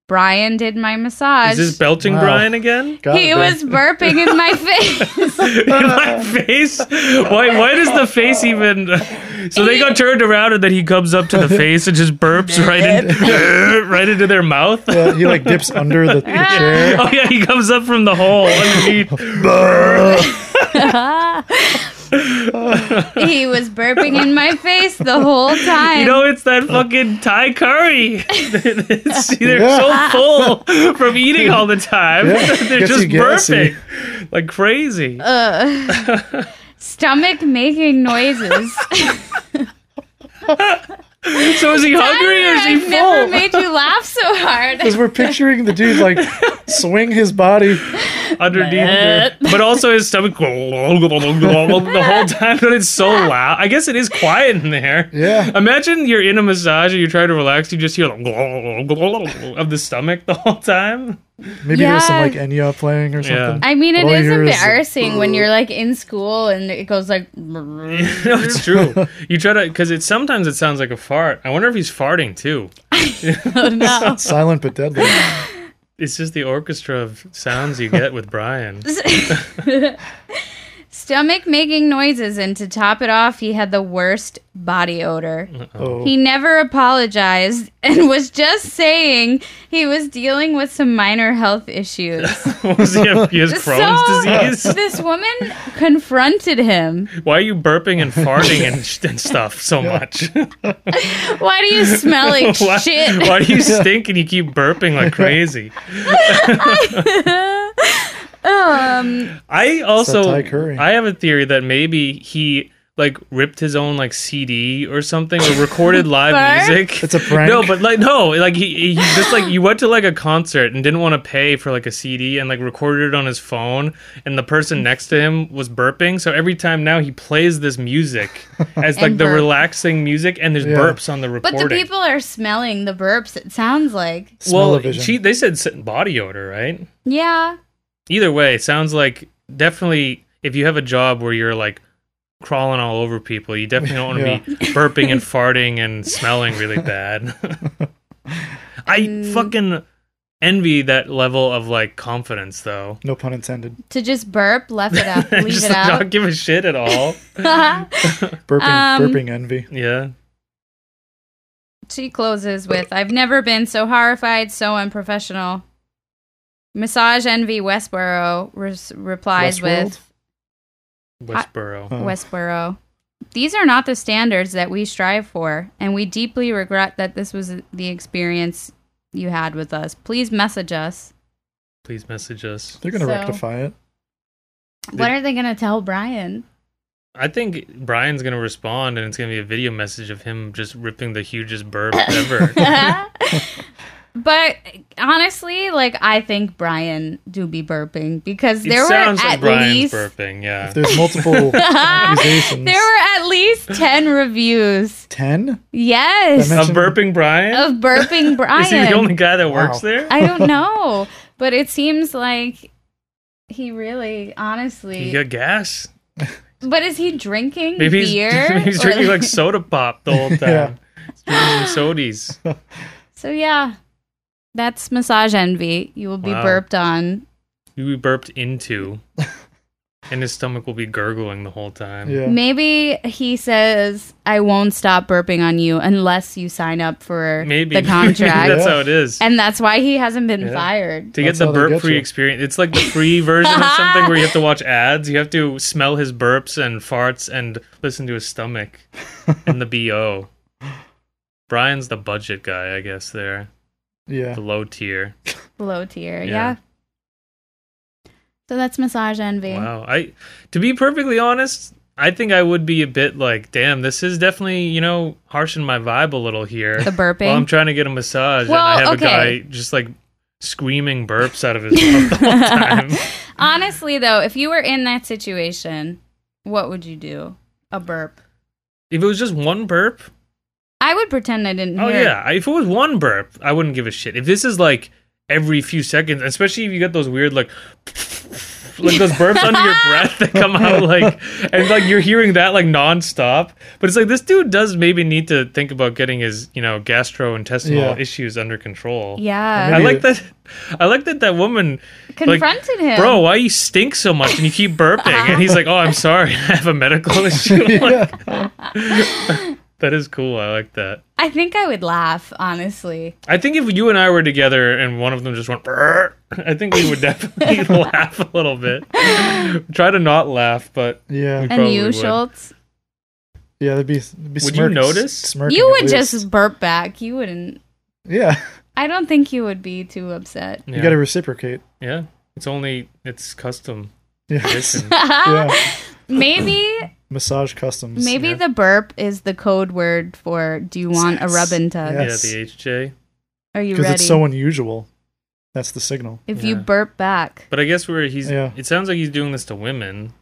C: Brian did my
A: Is
C: massage.
A: this belching
B: Wow.
A: Brian again? *laughs*
B: God,
C: he
B: damn.
C: was burping in my face.
A: In my face? Why? Why does the face even? So they got turned around, and then he comes up to the face and just burps right
B: *laughs*
A: in, *laughs* right into their mouth.
B: Yeah, he like dips under
C: *laughs*
B: the, the chair.
A: Oh yeah, he comes up from the hole
B: *laughs*
A: underneath.
C: *laughs* he was burping in my face the whole time.
A: You know, it's that fucking Thai curry. It's- They're
B: Yeah.
A: so full from eating all the time. *laughs*
B: Yeah,
A: They're
B: gets
A: just
B: you gassy.
A: burping like crazy.
C: Stomach
A: *laughs*
C: making noises.
A: so is he hungry or is he
C: I've
A: full?
C: never made you laugh so hard.
B: Because we're picturing the dude like swing his body.
A: underneath there. But also his stomach the whole time, but it's so loud. I guess it is quiet in there.
B: Yeah.
A: Imagine you're in a massage and you're trying to relax, you just hear the of the stomach the whole time. *laughs*
B: Maybe there's some
C: Yeah.
B: like Enya playing or something.
A: Yeah.
C: I mean, it
B: All
C: is
B: yours.
C: embarrassing when you're like in school and it goes like.
A: no, it's
B: *laughs*
A: true. You try to because it sometimes it sounds like a fart. I wonder if he's farting too.
C: Oh, no.
B: Silent but
C: *laughs*
B: deadly.
A: It's just the orchestra of sounds you get with Brian.
C: *laughs*
A: *laughs*
C: Stomach making noises, and to top it off, he had the worst body odor.
B: Oh.
C: He never apologized and was just saying he was dealing with some minor health issues.
A: Was he, have- he has Crohn's
C: So-
A: disease?
C: *laughs* this woman confronted him.
A: Why are you burping and farting and, and stuff so much?
C: Why do
A: *laughs*
C: you smell like
A: why,
C: shit?
A: why
C: *laughs*
A: do you stink and you keep burping like crazy?
C: Um,
A: I also
B: Thai curry.
A: I have a theory that maybe he like ripped his own like CD or something or
C: *laughs*
A: recorded live
C: Burp?
A: music.
B: It's a prank.
A: No, but like no, like he, he just like you went to like a concert and didn't want to pay for like a CD and like recorded it on his phone and the
C: Mm.
A: person next to him was burping. So every time now he plays this music as like
C: And
A: the
C: burp.
A: relaxing music and there's
B: Yeah.
A: burps on the
C: but
A: recording.
C: the people are smelling the burps, it sounds like.
A: well,
B: Smell-o-vision.
A: she they said s- body odor, right?
C: Yeah.
A: either way, it sounds like definitely if you have a job where you're like crawling all over people, you definitely don't want to be *laughs* burping and farting and smelling really bad. I
C: Mm.
A: fucking envy that level of like confidence though. *laughs*
B: No pun intended.
C: To just burp, left it up, leave
A: Just
C: it
A: like,
C: out.
A: don't give a shit at
C: *laughs*
A: all.
B: Burping,
C: Um,
B: burping envy.
A: yeah.
C: she closes with I've never been so horrified, so unprofessional. Massage Envy Westboro res- replies with
A: Westboro.
B: I- Oh.
C: Westboro. These are not the standards that we strive for, and we deeply regret that this was the experience you had with us. Please message us.
A: Please message us.
B: They're gonna
C: So-
B: rectify it.
C: What are they going to
A: *laughs*
C: tell Brian?
A: I think Brian's gonna respond and it's gonna be a video message of him just ripping the hugest burp
C: *laughs*
A: ever.
C: *laughs* but honestly, like I think Brian do be burping because there
A: it
C: were at
A: sounds like Brian's
C: least
A: burping, yeah.
B: If there's
C: *laughs*
B: multiple accusations.
C: there were
A: *laughs*
C: at least 10 reviews.
B: ten.
C: Yes.
B: That
A: of
B: mentioned-
A: burping Brian?
C: *laughs* Of burping Brian.
A: *laughs* Is he the only guy that works there?
C: I
A: *laughs*
C: don't know, but it seems like he really,
A: He
C: honestly.
A: got gas.
C: but is he drinking
A: Maybe he's,
C: beer?
A: *laughs* maybe
C: *laughs*
A: he's
C: Or-
A: drinking like soda pop the whole time.
B: *laughs*
A: He's
B: Yeah.
A: drinking some sodies.
C: so yeah, that's massage envy. You will be
A: Wow.
C: burped on.
A: He be burped
B: *laughs*
A: into, and his stomach will be gurgling the whole time.
B: Yeah.
C: Maybe he says, "I won't stop burping on you unless you sign up for
A: Maybe *laughs*
C: the contract,"
A: that's
B: Yeah.
A: how it is.
C: and that's why he hasn't been
A: Yeah.
C: fired.
A: to get
B: That's
A: the
B: how they
A: burp
B: get
A: free
B: you.
A: experience, it's like the free version of something where you have to
B: *laughs*
A: watch ads. You have to smell his burps and farts and listen to his stomach and the bo. Brian's the budget guy, I guess. There,
B: Yeah.
A: the low tier.
C: Low tier, yeah.
A: Yeah.
C: So that's massage envy.
A: Wow. I to be perfectly honest, I think I would be a bit like, damn, this is definitely, you know, harshing my vibe a little here.
C: The burping.
A: While I'm trying to get a massage
C: Well,
A: and I have a guy
C: okay.
A: just like screaming burps out of his mouth the
C: *laughs*
A: whole time.
C: Honestly, though, if you were in that situation, what would you do? A burp.
A: If it was just one burp,
C: I would pretend I didn't
A: Oh
C: hear. it.
A: yeah, if it was one burp, I wouldn't give a shit. If this is like every few seconds, especially if you get those weird like *laughs* like those burps under your breath that come out like and like you're hearing that like nonstop. But it's like this dude does maybe need to think about getting his, you know, gastrointestinal
B: Yeah.
A: issues under control.
C: Yeah.
A: I like that. I like that that woman
C: Confronted him.
A: Bro, why you stink so much and you keep burping? and he's like, "Oh, I'm sorry, *laughs* I have a medical issue." *laughs* Like, that is cool. I like that.
C: I think I would laugh, honestly.
A: I think if you and I were together and one of them just went, "Brrr," I think we would
C: *laughs*
A: definitely laugh a little bit. Try to not laugh, but
B: Yeah,
A: We-
C: and
A: probably
C: you,
A: would.
C: Schultz?
B: yeah. That'd be, that'd be
A: Would you
B: smirk-
A: notice?
B: smirking
C: You
B: at
C: would
B: least.
C: just burp back. You wouldn't.
B: yeah.
C: I don't think you would be too upset.
A: yeah,
B: You got to reciprocate.
A: yeah. It's only it's
B: *laughs*
A: custom.
B: Yeah,
A: Listen,
B: yeah.
C: *laughs* Maybe
B: Massage customs.
C: maybe
A: yeah.
C: the burp is is the code word for do you want a rub and tug?
A: yeah,
B: Yeah.
A: the
B: Yes.
A: HJ.
C: Are you
B: because
C: ready?
B: it's so unusual. That's the signal.
C: if you
A: Yeah.
C: burp back,
A: But I guess where he's,
B: Yeah.
A: it sounds like he's doing this to women.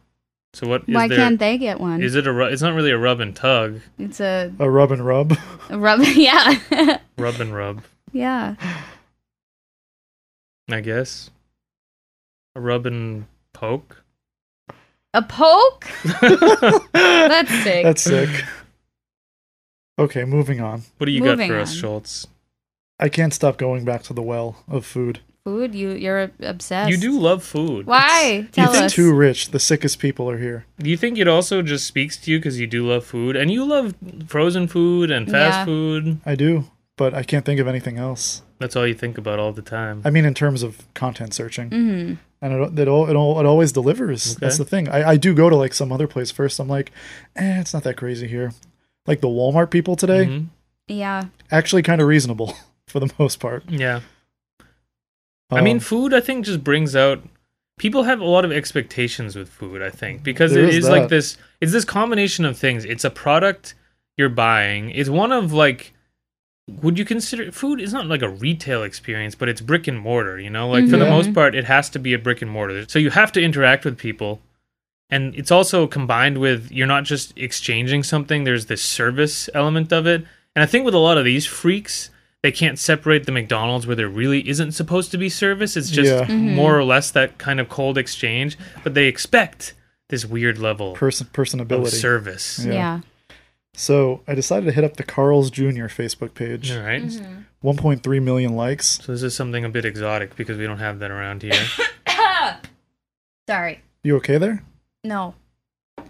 A: So what is
C: why
A: there?
C: can't they get one?
A: Is it a? Ru- it's not really a rub and tug,
C: it's a,
B: A rub and rub. *laughs*
C: a rub. *laughs* yeah.
A: rub and rub.
C: yeah.
A: I guess. A rub and poke. *laughs*
C: A poke?
A: what *laughs*
C: That's sick.
B: That's sick. Okay, moving on.
A: do you
C: Moving
A: got for us,
C: on.
A: Schultz?
B: I can't stop going back to the well of food.
C: Food, you you're obsessed.
A: You do love food.
C: Why? Tell
B: it's
C: us.
B: too rich. The sickest people are here.
A: Do you think it also just speaks to you because you do love food and you love frozen food and fast
C: Yeah.
A: food?
B: I do, but I can't think of anything else.
A: That's all you think about all the time.
B: I mean, in terms of content searching,
C: Mhm.
B: and it it, all, it, all, it always delivers. That's the thing. I, I do go to like some other place first. I'm like, eh, it's not that crazy here. Like the Walmart people today,
A: Mhm.
C: Yeah.
B: actually kind of reasonable *laughs* for the most part.
A: Yeah. I mean,
B: Um,
A: food. I think just brings out people have a lot of expectations with food. I think because
B: There
A: it
B: is
A: is, like
B: that.
A: this. It's this combination of things. It's a product you're buying. It's one of like. Would you consider food is not like a retail experience, but it's brick and mortar. You know, like for the
B: Mhm.
A: most part, it has to be a brick and mortar. So you have to interact with people, and it's also combined with you're not just exchanging something. There's this service element of it, and I think with a lot of these freaks, they can't separate the McDonald's where there really isn't supposed to be service. It's just
B: Yeah.
C: Mhm.
A: more or less that kind of cold exchange, but they expect this weird level
B: person
A: of
B: personability.
A: service.
B: Yeah.
C: Yeah.
B: So I decided to hit up the Carl's Jr. Facebook page.
A: All right.
B: 1.3 million likes.
A: So this is something a bit exotic because we don't have that around here.
C: *coughs* Sorry.
B: You okay there?
C: No.
B: You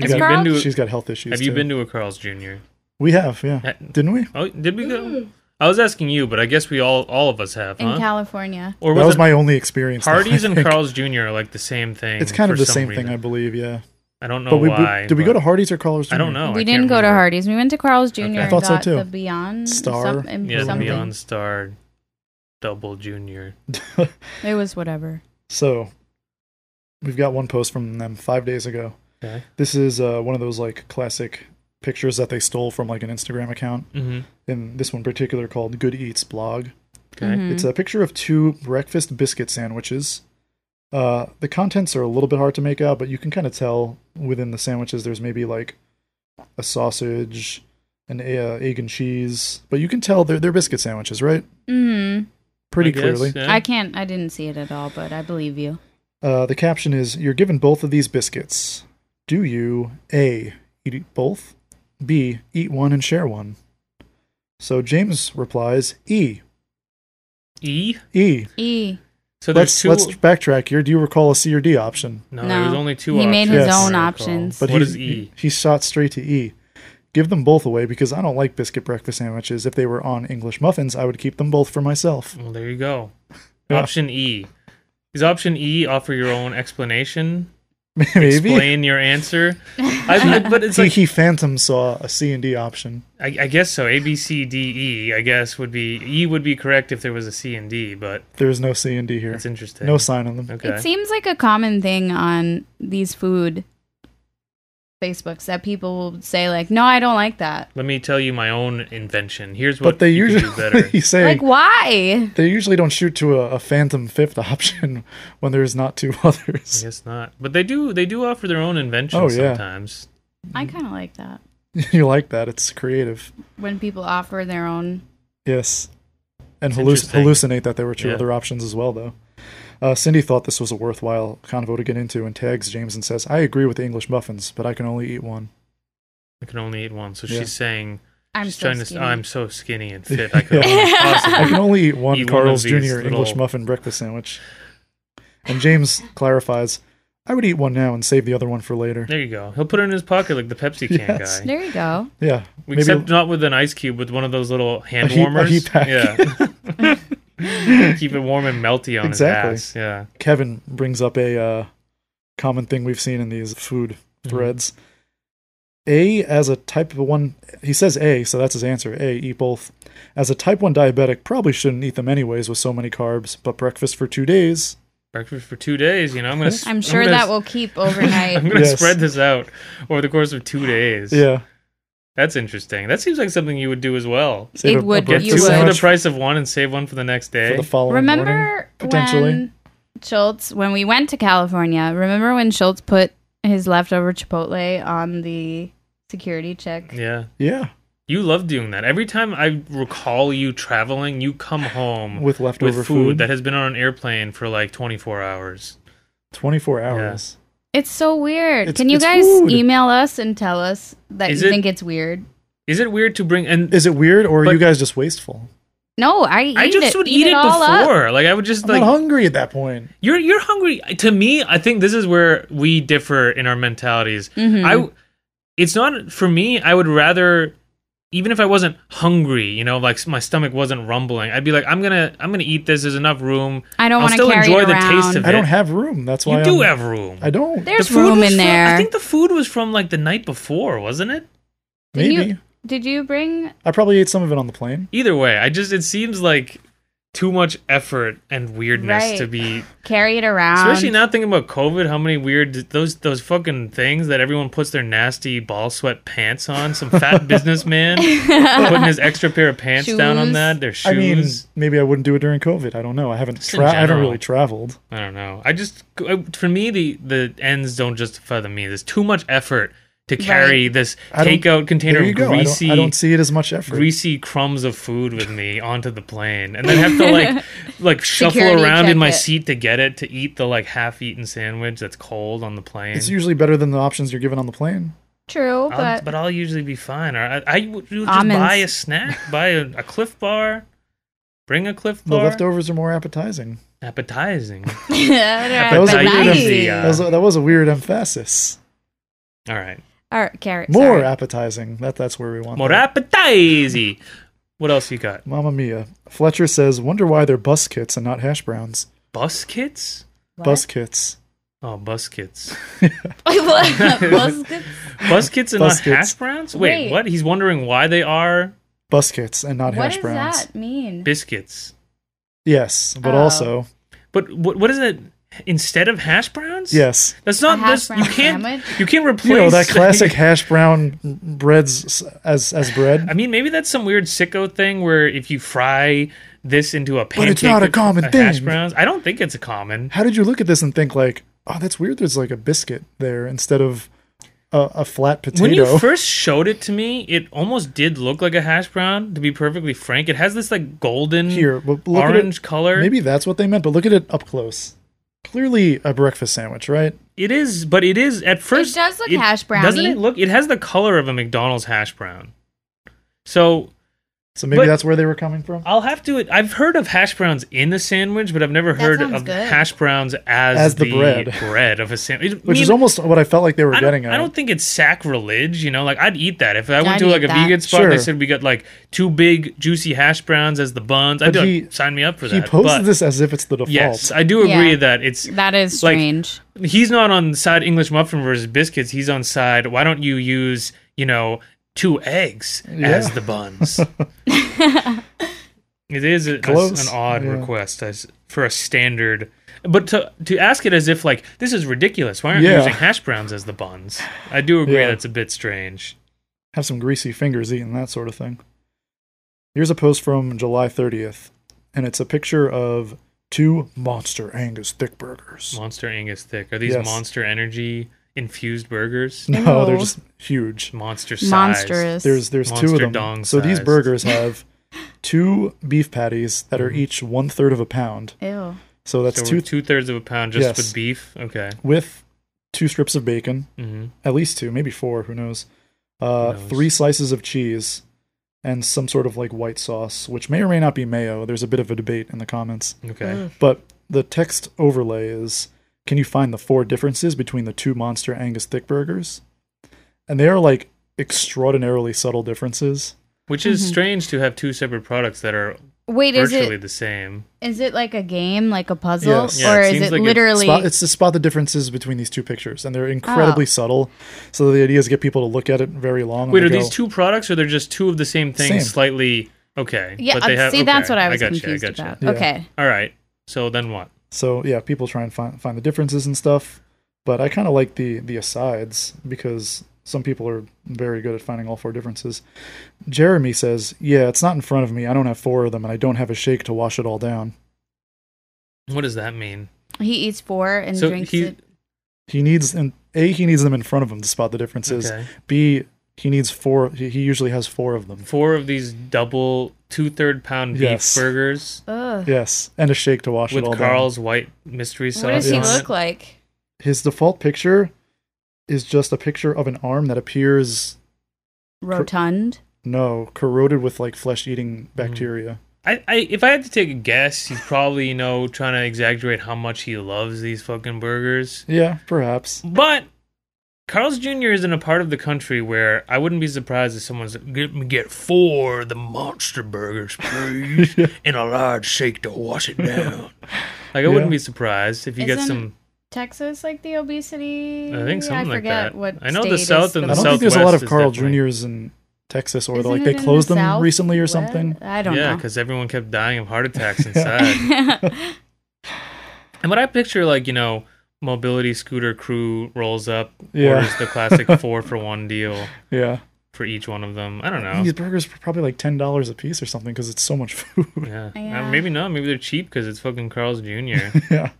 A: Have you
B: got-
A: been to-
B: she's got health issues.
A: have you
B: too.
A: been to a Carl's Jr.?
B: We have, yeah.
A: Ha-
B: Didn't we?
A: Oh, did we go? I was asking you, but I guess we all all of us have,
C: Mm. In
A: huh?
C: California.
A: or
B: that was
A: it
B: my only experience. though,
A: parties
B: I
A: and
B: think.
A: Carl's Jr. are like the same thing?
B: It's kind of
A: for
B: the
A: some
B: same
A: reason.
B: thing, I believe. Yeah.
A: I don't know
B: but we we-
A: why.
B: did we
A: but
B: go to Hardee's or Carl's? Jr.?
A: I don't know. Oh, I
C: we
A: can't
C: didn't go to
A: remember.
C: Hardee's. We went to Carl's Jr.
A: Okay. I
C: and
B: thought so,
C: got
B: too.
C: the Beyond
B: Star.
C: some- and
A: Yeah,
C: something.
A: Beyond Star, Double Junior.
B: *laughs*
C: It was whatever.
B: So we've got one post from them five days ago.
A: Okay.
B: This is uh, one of those like classic pictures that they stole from like an Instagram account.
A: Mm-hmm.
B: In this one particular called Good Eats blog.
A: Okay.
C: Mhm.
B: It's a picture of two breakfast biscuit sandwiches. Uh, the contents are a little bit hard to make out, but you can kind of tell within the sandwiches there's maybe like a sausage, an e- uh, egg and cheese, but you can tell they're, they're biscuit sandwiches, right?
C: Mhm.
B: Pretty
A: I guess,
B: clearly.
A: Mm-hmm. yeah.
C: I can't. I didn't see it at all, but I believe you.
B: Uh, the caption is You're given both of these biscuits. Do you A, eat both? B, eat one and share one? So James replies E,
A: E.
B: E.
C: E.
A: So there's
B: Let's,
A: two.
B: let's backtrack here. Do you recall a C or D option?
A: no,
C: No.
A: there was only two.
C: He made
A: options.
B: his Yes.
C: own
A: I recall.
C: options.
A: But
B: But
A: what
B: he-
A: is E?
B: He shot straight to E. Give them both away because I don't like biscuit breakfast sandwiches. If they were on English muffins, I would keep them both for myself. *laughs*
A: Well, there you go.
B: Yeah.
A: Option E. Is option E offer your own explanation?
B: Maybe.
A: Explain your
C: *laughs*
A: answer. I, I- but it's
B: He,
A: like
B: he phantom saw a C and D option.
A: I, I guess so. A B C D E. I guess would be E would be correct if there was a C and D, but
B: There is no C and D here.
A: that's interesting.
B: No sign on them.
A: Okay.
C: It seems like a common thing on these food Facebooks that people will say like, "No, I don't like that."
A: Let me tell you my own invention. Here's what
B: But they
A: you can
B: usually
A: do
B: *laughs*
A: better.
B: he's saying
C: Like, why?
B: they usually don't shoot to a, a phantom fifth *laughs* option when there's not two *laughs* others.
A: I guess not. But they do they do offer their own inventions
B: Oh, yeah.
A: sometimes.
C: I kind of like that.
B: you like that? It's creative.
C: when people offer their own.
B: Yes. And
A: It's
B: halluc-
A: interesting.
B: hallucinate that there were two
A: Yeah.
B: other options as well, though. Uh, Cindy thought this was a worthwhile convo to get into and tags James and says, I agree with the English muffins, but I can only
A: *laughs*
B: eat one.
A: I can only eat one. So
B: Yeah.
A: she's saying
C: I'm
A: she's
C: so
A: trying
C: skinny.
A: to. "Oh, I'm so skinny
B: *laughs*
A: and fit. I could only
C: Yeah.
B: I can
A: possibly.
B: only eat one
A: Eat one of
B: Carl's
A: these
B: Jr. English
A: little-
B: muffin breakfast sandwich. And James clarifies, I would eat one now and save the other one for later.
A: There you go. He'll put it in his pocket like the Pepsi can
B: Yes.
A: guy.
C: there you go.
B: Yeah. Maybe
A: Except not with an ice cube, with one of those little hand
B: heat- a
A: warmers.
B: heat pack. *laughs*
A: Yeah. *laughs* Keep it warm and melty on
B: Exactly.
A: his ass. Yeah.
B: Kevin brings up a uh, common thing we've seen in these food
A: Mhm.
B: threads. A as a type of one, he says A, so that's his answer. A eat both. As a type one diabetic, probably shouldn't eat them anyways with so many carbs. But breakfast for two days.
A: Breakfast for two days. You know, I'm gonna. s-
C: I'm sure
A: gonna
C: that
A: s- *laughs*
C: will keep
A: I'm *laughs*
C: overnight. *laughs*
A: gonna
B: Yes.
A: spread this out over the course of two days.
B: Yeah,
A: That's interesting. That seems like something you would do as well.
B: save
C: It
B: a- a
C: would-
A: Get
B: breakfast
C: you
A: two
C: would.
A: for the
B: sandwich
A: price of one and save one for the next day.
B: for the following morning.
C: remember
B: potentially.
C: when Schultz, when we went to California, remember when Schultz put his leftover Chipotle on the security check?
A: yeah.
B: Yeah,
A: You love doing that. Every time I recall you traveling, you come home
B: with leftover
A: with food,
B: food.
A: that has been on an airplane for like 24 hours.
B: Twenty four hours.
C: It's so weird.
B: It's-
C: Can you
B: it's
C: guys
B: food.
C: email us and tell us that
A: Is
C: you
A: it-
C: think it's weird?
A: Is it weird to bring and
B: Is it weird or are
A: But-
B: you guys just wasteful?
C: No, I eat
A: I just
C: it.
A: would eat, it,
C: all up.
A: before. Like I would just
B: I'm
A: like
B: not hungry at that point.
A: you're you're hungry. To me, I think this is where we differ in our mentalities.
C: Mhm.
A: I it's not for me. I would rather even if I wasn't hungry, you know, like my stomach wasn't rumbling, I'd be like, I'm gonna I'm gonna eat this. There's enough room.
C: I don't
A: I'll
C: want to
A: still
C: carry
A: enjoy
C: it
A: the taste
C: around.
A: of
B: I don't
A: Yeah.
B: have room. That's why
A: you do
B: I'm-
A: have room.
B: I don't.
C: There's
A: food
C: room
A: was
C: in
A: from-
C: there.
A: I think the food was from like the night before, wasn't it?
C: Didn't you-
B: Maybe
C: Did you bring?
B: I probably ate some of it on the plane.
A: Either way, I just it seems like too much effort and weirdness
C: Right.
A: to be
C: Carry it around.
A: especially now thinking about COVID, how many weird those those fucking things that everyone puts their nasty ball sweat pants on. Some
C: *laughs*
A: fat businessman putting his extra pair of pants down on
C: Shoes.
A: that, their shoes.
B: I mean, maybe I wouldn't do it during COVID. I don't know. I haven't.
A: in
B: Tra- I haven't
A: general.
B: really traveled.
A: I don't know. I just for me the the ends don't justify the means. There's too much effort to carry this
B: I don't-
A: takeout container
B: there you
A: of
B: go. I don't-
A: greasy
B: I don't, see it as much effort.
A: greasy crumbs of food with me onto the plane and then have to
C: *laughs*
A: like like shuffle
C: Security
A: around
C: check
A: in my
C: it.
A: seat to get it to eat the like half-eaten sandwich that's cold on the plane.
B: It's usually better than the options you're given on the plane.
C: True,
A: I'll,
C: but *laughs*
A: but I'll usually be fine. Or I, I would you would just
C: Almonds.
A: buy a
C: *laughs*
A: snack, buy a, a Cliff Bar, bring a Cliff
B: The
A: Bar.
B: leftovers are more appetizing. *laughs*
A: appetizing.
C: Yeah,
A: That
B: was a
C: but
B: weird
C: nice.
A: empty,
B: That was, a, that was a weird emphasis.
A: All right,
C: All right, carrot.
B: More
C: sorry.
B: appetizing. That that's where we want.
A: more
B: that.
A: appetizing. What else you got?
B: Mamma mia. Fletcher says, "Wonder why they're bus kits and not hash browns."
A: Bus kits?
C: What? *laughs*
B: Bus kits.
A: Oh, bus kits.
C: What?
A: *laughs*
C: Buskets?
A: Bus kits and
B: Bus
A: not
B: kits.
A: hash browns? Wait,
C: Wait.
A: what? He's wondering why they are
B: Bus kits and not
C: What
B: hash
C: does
B: browns.
C: that mean?
A: biscuits.
B: Yes, but
C: Oh.
B: also
A: But what? What is it? Instead of hash browns?
B: yes.
A: That's not.
C: A hash
A: That's, you
C: brown
A: can't.
C: sandwich?
A: You can't replace
B: You know that
A: *laughs*
B: classic hash brown breads as as bread.
A: I mean, maybe that's some weird sicko thing where if you fry this into a pancake,
B: But it's not a
A: with
B: common
A: Hash
B: thing.
A: browns. I don't think it's a common.
B: how did you look at this and think like, oh, that's weird? There's like a biscuit there instead of a, a flat potato.
A: When you first showed it to me, it almost did look like a hash brown. To be perfectly frank, it has this like golden,
B: *laughs* Here, but look
A: orange
B: at it.
A: color.
B: Maybe that's what they meant, but look at it up close. Clearly a breakfast sandwich, right?
A: it is, but it is at first.
C: does look hash
A: Doesn't
C: browny.
A: it look? It has the color of a McDonald's hash brown. So
B: So maybe
A: But-
B: that's where they were coming from.
A: I'll have to. I've heard of hash browns in a sandwich, but I've never
C: That
A: heard
C: sounds
A: of
C: good.
A: hash browns as,
B: As the bread.
A: of a sandwich. I
B: Which is
A: mean,
B: almost what I felt like they were
A: I don't,
B: getting at.
A: I don't think it's sacrilege, you know. Like I'd eat that if I went
C: I'd
A: to like
C: eat
A: a
C: that.
A: vegan spot. and
B: Sure.
A: They said we got like two big juicy hash browns as the buns. I'd
B: But
A: be
B: he-
A: like, sign me up for
B: he
A: that.
B: posted
A: But
B: this as if it's the default.
A: yes, I do agree
C: Yeah.
A: that it's
C: That is
A: Like-
C: strange.
A: he's not on the side English muffin versus biscuits. He's on side. Why don't you use you know two eggs as
B: Yeah.
A: the
B: *laughs*
A: buns? it is a, a-
B: Close,
A: an odd
B: yeah.
A: request as for a standard. But to to ask it as if like this is ridiculous. Why aren't you
B: Yeah.
A: using hash browns as the buns? I do agree
B: Yeah.
A: that's a bit strange.
B: have some greasy fingers eating that sort of thing. Here's a post from July 30th, and it's a picture of two monster Angus thick burgers.
A: Monster Angus Thick. Are these
B: Yes.
A: Monster Energy infused burgers,
B: No, they're
C: Ew.
B: just huge.
A: monster size.
C: monstrous.
B: There's there's two of
A: Monster
B: them.
A: dong
B: so these
A: sized.
B: burgers have two beef patties that are each one third of a pound.
C: Ew.
B: So that's
A: Mm-hmm. so
B: two
A: two two thirds of a pound just
B: Yes.
A: with beef. Okay.
B: with two strips of bacon,
A: hmm
B: at least two, maybe four, who knows? Uh,
A: knows?
B: Three slices of cheese and some sort of like white sauce, which may or may not be mayo. There's a bit of a debate in the comments.
A: Okay.
B: But the text overlay is can you find the four differences between the two monster Angus thick burgers? And they are like extraordinarily subtle differences.
A: Which is strange to have two separate products that are
C: Wait, is
A: virtually
C: Mm-hmm. it
A: the same.
C: is it like a game, like a puzzle,
B: Yes.
A: Yeah,
C: or
A: it
C: is
A: seems
C: it
A: like it's-
C: literally?
B: Spot, it's to spot the differences between these two pictures, and they're incredibly
C: Oh.
B: subtle. So the idea is to get people to look at it very long. and
A: Wait,
B: they
A: are
B: go,
A: these two products or they're just two of the same thing,
B: Same.
A: slightly okay?
C: yeah,
A: but they
C: uh,
A: have,
C: see, that's
A: okay,
C: what I was
A: gotcha,
C: confused
A: gotcha.
C: about.
B: Yeah.
C: Okay,
A: All right. So then what?
B: So yeah, people try and find find the differences and stuff. But I kind of like the the asides because some people are very good at finding all four differences. Jeremy says, "Yeah, it's not in front of me. I don't have four of them, and I don't have a shake to wash it all down."
A: What does that mean?
C: he eats four and
A: so
C: drinks
A: he
C: it.
B: He needs and a he needs them in front of him to spot the differences.
A: okay.
B: B he needs four. He, he usually has four of them.
A: four of these double two third pound beef
B: Yes.
A: burgers
C: Ugh.
B: Yes, and a shake to wash
A: with
B: it all down.
A: Carl's white mystery sauce.
C: What does he
A: on
B: Yes.
A: it.
C: look like?
B: His default picture is just a picture of an arm that appears
C: Rotund.
B: no corroded with like flesh
A: Hmm.
B: eating bacteria.
A: I, I, if I had to take a guess, he's probably you know trying to exaggerate how much he loves these fucking burgers.
B: Yeah, perhaps.
A: But Carl's Jr. is in a part of the country where I wouldn't be surprised if someone's like, get me get four of the monster
B: *laughs*
A: burgers, please, and a large shake to wash it down. like I
B: Yeah.
A: wouldn't be surprised if you get
C: Isn't-
A: some.
C: Texas, like the obesity.
A: I think something like
C: forget
A: that.
C: What
A: I know the
C: state is
A: South and
B: I
A: the
B: don't think there's a
A: Southwest
B: lot of
A: is
B: Carl
A: definitely-
B: Juniors in Texas, or
C: Isn't
B: like
C: it
B: they
C: in the
B: closed them
C: South?
B: recently or
C: What?
B: something.
C: I don't
A: Yeah,
C: know.
A: because everyone kept dying of heart
B: *laughs*
A: attacks inside. And what I picture, like, you know, mobility scooter crew rolls up,
B: Yeah.
A: orders the
B: *laughs*
A: classic four for one deal
B: Yeah,
A: for each one of them. I don't
B: these
A: know.
B: burgers were probably like ten dollars a piece or something because it's so much *laughs* food.
A: Yeah.
C: Yeah.
A: Uh, maybe not. Maybe they're cheap because it's fucking Carl's
B: *laughs*
A: Jr.
B: yeah.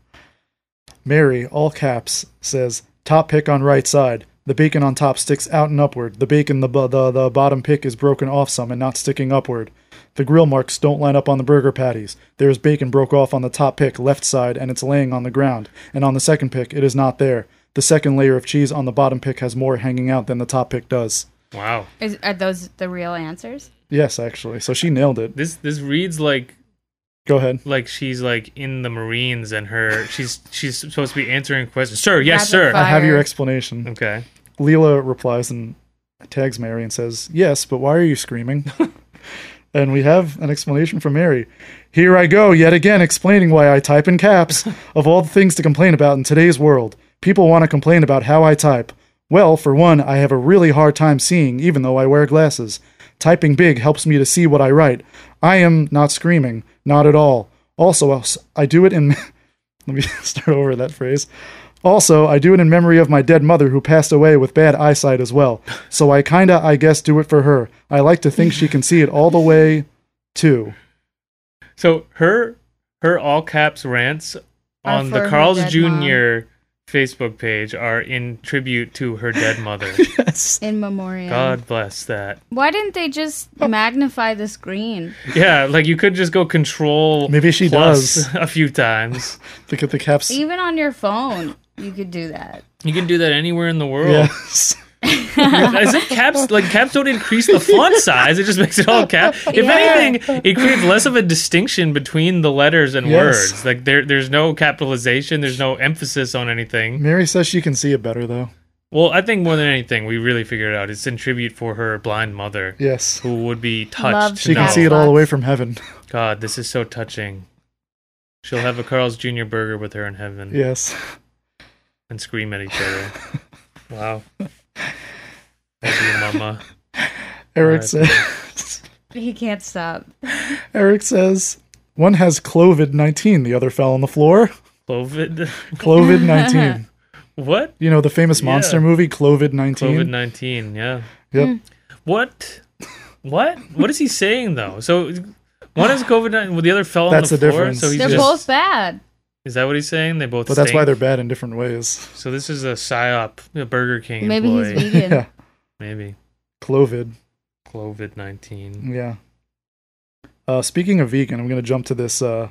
B: Mary, all caps, says top pick on right side. The bacon on top sticks out and upward. The bacon the bu- the the bottom pick is broken off some and not sticking upward. The grill marks don't line up on the burger patties. There is bacon broke off on the top pick left side and it's laying on the ground. And on the second pick, it is not there. The second layer of cheese on the bottom pick has more hanging out than the top pick does.
A: wow.
C: *laughs* Is, are those the real answers?
B: Yes, actually. So she nailed it.
A: This this reads like
B: Go ahead.
A: like she's like in the Marines and her she's she's supposed to be answering questions. Sir, yes,
C: Rapid
A: sir.
B: I have your
C: Fire.
B: explanation.
A: Okay.
B: Leela replies and tags Mary and says, Yes, but why are you screaming? and we have an explanation from Mary. Here I go, yet again, explaining why I type in caps. of all the things to complain about in today's world, people want to complain about how I type. Well, for one, I have a really hard time seeing, even though I wear glasses. Typing big helps me to see what I write. I am not screaming, not at all. Also, I do it in. *laughs* Let me start over that phrase. Also, I do it in memory of my dead mother who passed away with bad eyesight as well. So I kinda, I guess, do it for her. I like to think she can see it all the way too.
A: So her her all caps rants on
C: for
A: the
C: her
A: Carl's
C: dead
A: Jr.
C: mom.
A: Facebook page are in tribute to her dead
C: *laughs*
A: mother.
B: Yes.
C: In memoriam.
A: God bless that.
C: Why didn't they just
B: Oh.
C: magnify the screen?
A: Yeah, like you could just go control.
B: Maybe she
A: plus *laughs*
B: does.
A: a few times.
B: Look at the caps.
C: Even on your phone, you could do that.
A: You can do that anywhere in the world.
B: Yes.
A: As if caps like caps don't increase the font size; it just makes it all cap. If
C: Yeah.
A: anything, it creates less of a distinction between the letters and
B: Yes.
A: words. Like there, there's no capitalization. There's no emphasis on anything.
B: Mary says she can see it better though.
A: Well, I think more than anything, we really figured out it's in tribute for her blind mother,
B: Yes.
A: who would be touched.
C: Love
A: to
B: She can
A: know.
B: see it all the
C: Xbox.
B: way from heaven.
A: God, this is so touching. She'll have a Carl's Jr. burger with her in heaven.
B: Yes.
A: and scream at each other. wow. Love you,
B: *laughs*
A: mama.
B: Eric
A: Alright.
B: says
C: He can't stop.
B: Eric says one has COVID nineteen, the other fell on the floor.
A: COVID.
B: COVID nineteen.
A: What?
B: You know the famous monster
A: Yeah.
B: movie, COVID nineteen.
A: COVID 19. Yeah.
B: Yep.
A: What? What? What is he saying, though? So one is COVID 19, the other fell
B: That's
A: on
B: the
A: the, floor.
B: difference.
A: So he's
C: They're
A: just,
C: both bad.
A: Is that what he's saying? They both.
B: But that's why
A: stink?
B: they're bad in different ways.
A: So this is a psyop, a Burger King
C: Maybe he's
A: employee.
C: vegan.
B: *laughs* yeah.
A: Maybe
B: Clovid.
A: COVID nineteen.
B: Yeah. Uh, speaking of vegan, I'm going to jump to this uh,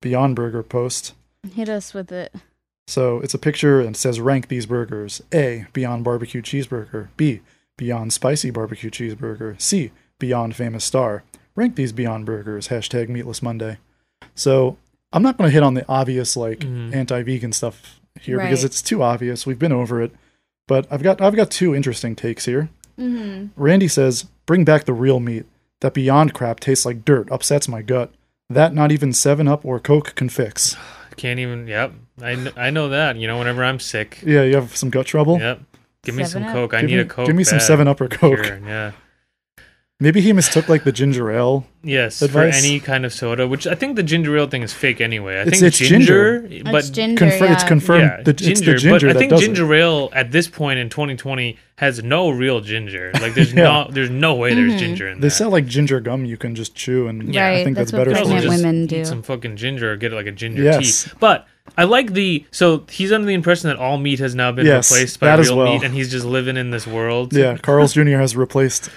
B: Beyond Burger post.
C: Hit us with it.
B: So it's a picture and it says rank these burgers. A, Beyond Barbecue Cheeseburger. B, Beyond Spicy Barbecue Cheeseburger. C, Beyond Famous Star. Rank these Beyond Burgers. Hashtag Meatless Monday. So I'm not going to hit on the obvious, like
A: Mhm.
B: anti vegan stuff here because
C: Right.
B: it's too obvious. We've been over it. But I've got, I've got two interesting takes here.
C: Mm-hmm.
B: Randy says, Bring back the real meat. That Beyond crap tastes like dirt, upsets my gut. That not even 7 Up or Coke can fix.
A: Can't even. Yep. I kn- I know that. You know, whenever I'm sick.
B: Yeah, you have some gut trouble?
A: Yep. Give me some
C: Seven Up?
A: Coke. I
B: give
A: need
B: me,
A: a Coke.
B: Give me some
A: bad.
B: 7 Up or Coke.
A: Sure, yeah.
B: *laughs* Maybe he mistook like the ginger ale.
A: Yes,
B: Advice?
A: for any kind of soda, which I think the ginger ale thing is fake anyway. I
B: It's-
A: think
B: it's
A: ginger, but
C: it's ginger.
B: Confir-
C: yeah.
B: It's confirmed.
A: yeah,
B: the,
A: ginger,
B: it's the ginger
A: But I
B: that
A: think
B: does
A: ginger ale at this point in 2020 has no real ginger. Like
B: *laughs*
A: there's
B: Yeah.
A: no there's no way there's
C: Mhm.
A: ginger in
B: it. They
A: that.
B: sell like ginger gum you can just chew, and
A: Yeah,
C: right.
B: I think that's,
C: that's,
B: better
C: what
A: You can
B: for
A: also
B: you.
C: pregnant
A: just
C: women
A: eat
C: do.
A: some fucking ginger or get like a ginger
B: Yes.
A: tea. But I like the so he's under the impression that all meat has now been
B: Yes,
A: replaced by
B: that as
A: real
B: well.
A: meat, and he's just living in this world.
B: *laughs* Yeah, Carl's Jr. has replaced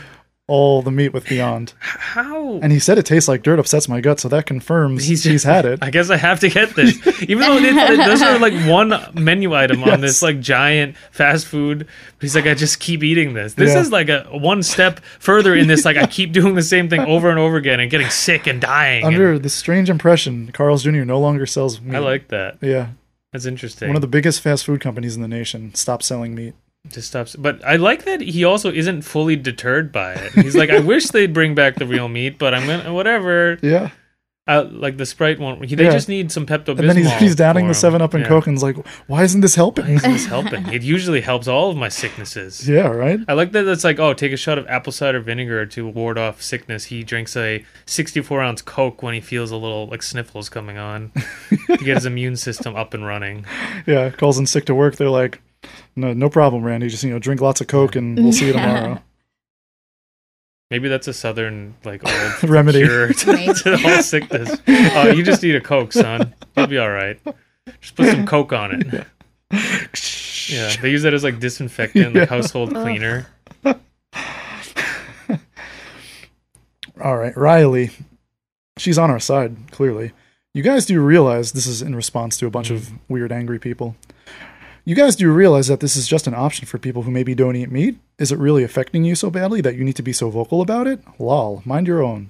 B: all the meat with Beyond,
A: How?
B: and he said it tastes like dirt, upsets my gut, so that confirms he's,
A: He's-
B: had it.
A: *laughs* I guess I have to get
B: *laughs*
A: this, even though it, it, those are like one menu item on
B: Yes.
A: this like giant fast food. But he's like, I just keep eating this. This
B: Yeah.
A: is like a one step further in this. Like I keep doing the same thing over and over again and getting sick and dying. and
B: Under the strange impression, Carl's Jr. no longer sells meat.
A: I like that.
B: Yeah,
A: That's interesting.
B: one of the biggest fast food companies in the nation stopped selling meat.
A: just stops. But I like that he also isn't fully deterred by it. He's like,
B: *laughs*
A: I wish they'd bring back the real meat, but I'm gonna whatever.
B: Yeah,
A: I, like the Sprite won't. They
B: Yeah.
A: just need some Pepto Bismol.
B: and then he's, he's downing the Seven Up and Coke, and is like, why isn't this helping?
A: It's helping. It usually helps all of my sicknesses.
B: *laughs* yeah, right.
A: I like that. It's like, oh, take a shot of apple cider vinegar to ward off sickness. He drinks a 64 ounce Coke when he feels a little like sniffles coming on to get his
B: *laughs*
A: immune system up and running.
B: Yeah, calls in sick to work. They're like, no, no problem, Randy. Just you know, drink lots of Coke, and we'll see you tomorrow.
A: Maybe that's a southern like old
B: *laughs* Remedy.
A: cure to,
C: Maybe.
A: to all sickness. Oh, you just need a Coke, son. You'll be all right. Just put some Coke on it. Yeah, they use that as like disinfectant, like household cleaner.
B: All right, Riley. She's on our side, clearly. You guys do realize this is in response to a bunch of weird, angry people. You guys do realize that this is just an option for people who maybe don't eat meat? Is it really affecting you so badly that you need to be so vocal about it? Lol, mind your own.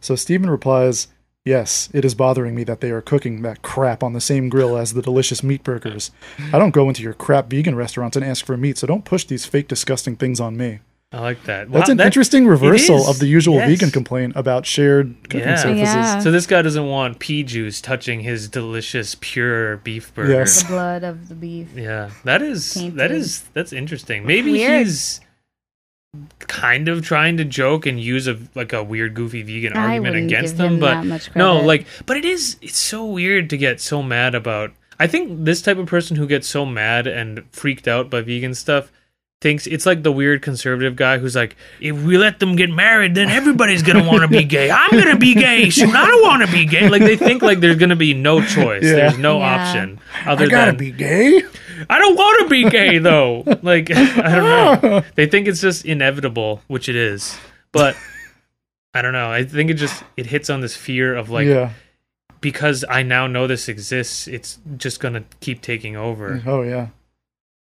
B: So Stephen replies, Yes, it is bothering me that they are cooking that crap on the same grill as the delicious meat burgers. I don't go into your crap vegan restaurants and ask for meat, so don't push these fake, disgusting things on me.
A: I like that.
B: That's
A: Wow,
B: an
A: that-
B: interesting reversal
A: is,
B: of the usual
A: yes.
B: vegan complaint about shared cooking
A: Yeah.
B: surfaces.
C: Yeah.
A: So this guy doesn't want pea juice touching his delicious pure beef burger.
B: Yes.
C: the blood of the beef.
A: Yeah, that is that
C: Tainted.
A: is that's interesting. Maybe
C: Weird.
A: he's kind of trying to joke and use a like a weird goofy vegan
C: I
A: argument
C: wouldn't
A: against
C: give him
A: them, but
C: that much
A: no,
C: credit.
A: like but it is it's so weird to get so mad about. I think this type of person who gets so mad and freaked out by vegan stuff thinks it's like the weird conservative guy who's like, if we let them get married, then everybody's gonna want to be
C: *laughs*
A: gay. I'm gonna be gay. Shoot, I don't want to be gay. Like they think like there's gonna be no choice.
B: Yeah.
A: There's no
C: Yeah.
A: option other
B: I gotta
A: than
B: be gay.
A: I don't want to be
B: *laughs*
A: gay though. Like *laughs* I don't *laughs* know.
B: Ah.
A: They think it's just inevitable, which it is. But I don't know. I think it just it hits on this fear of like
B: yeah.
A: because I now know this exists, it's just gonna keep taking over.
B: Oh yeah.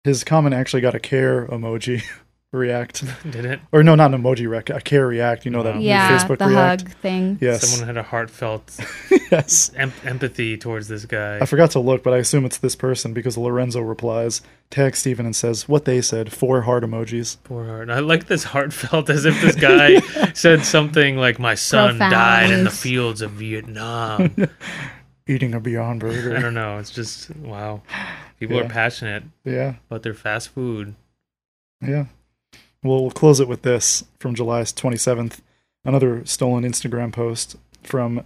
B: His comment actually got a care emoji *laughs* react,
A: Did it?
B: or no, not an emoji rec, a care react. You know that
A: Wow.
B: new
C: Yeah,
B: Facebook
C: the
B: react.
C: hug thing.
B: Yes. *laughs*
A: Someone had a heartfelt
B: yes.
A: em- empathy towards this guy.
B: I forgot to look, but I assume it's this person because Lorenzo replies, tags Steven and says what they said, four heart emojis.
A: Poor heart. I like this heartfelt as if this
B: *laughs*
A: guy said something like, "My son
C: Profound.
A: died in the fields of
B: *laughs*
A: Vietnam."
B: Eating a Beyond
A: I
B: Burger.
A: *laughs* don't know. It's just wow. People
B: Yeah.
A: are passionate
B: yeah.
A: about their fast food.
B: Yeah. Well, we'll close it with this from July 27th. Another stolen Instagram post from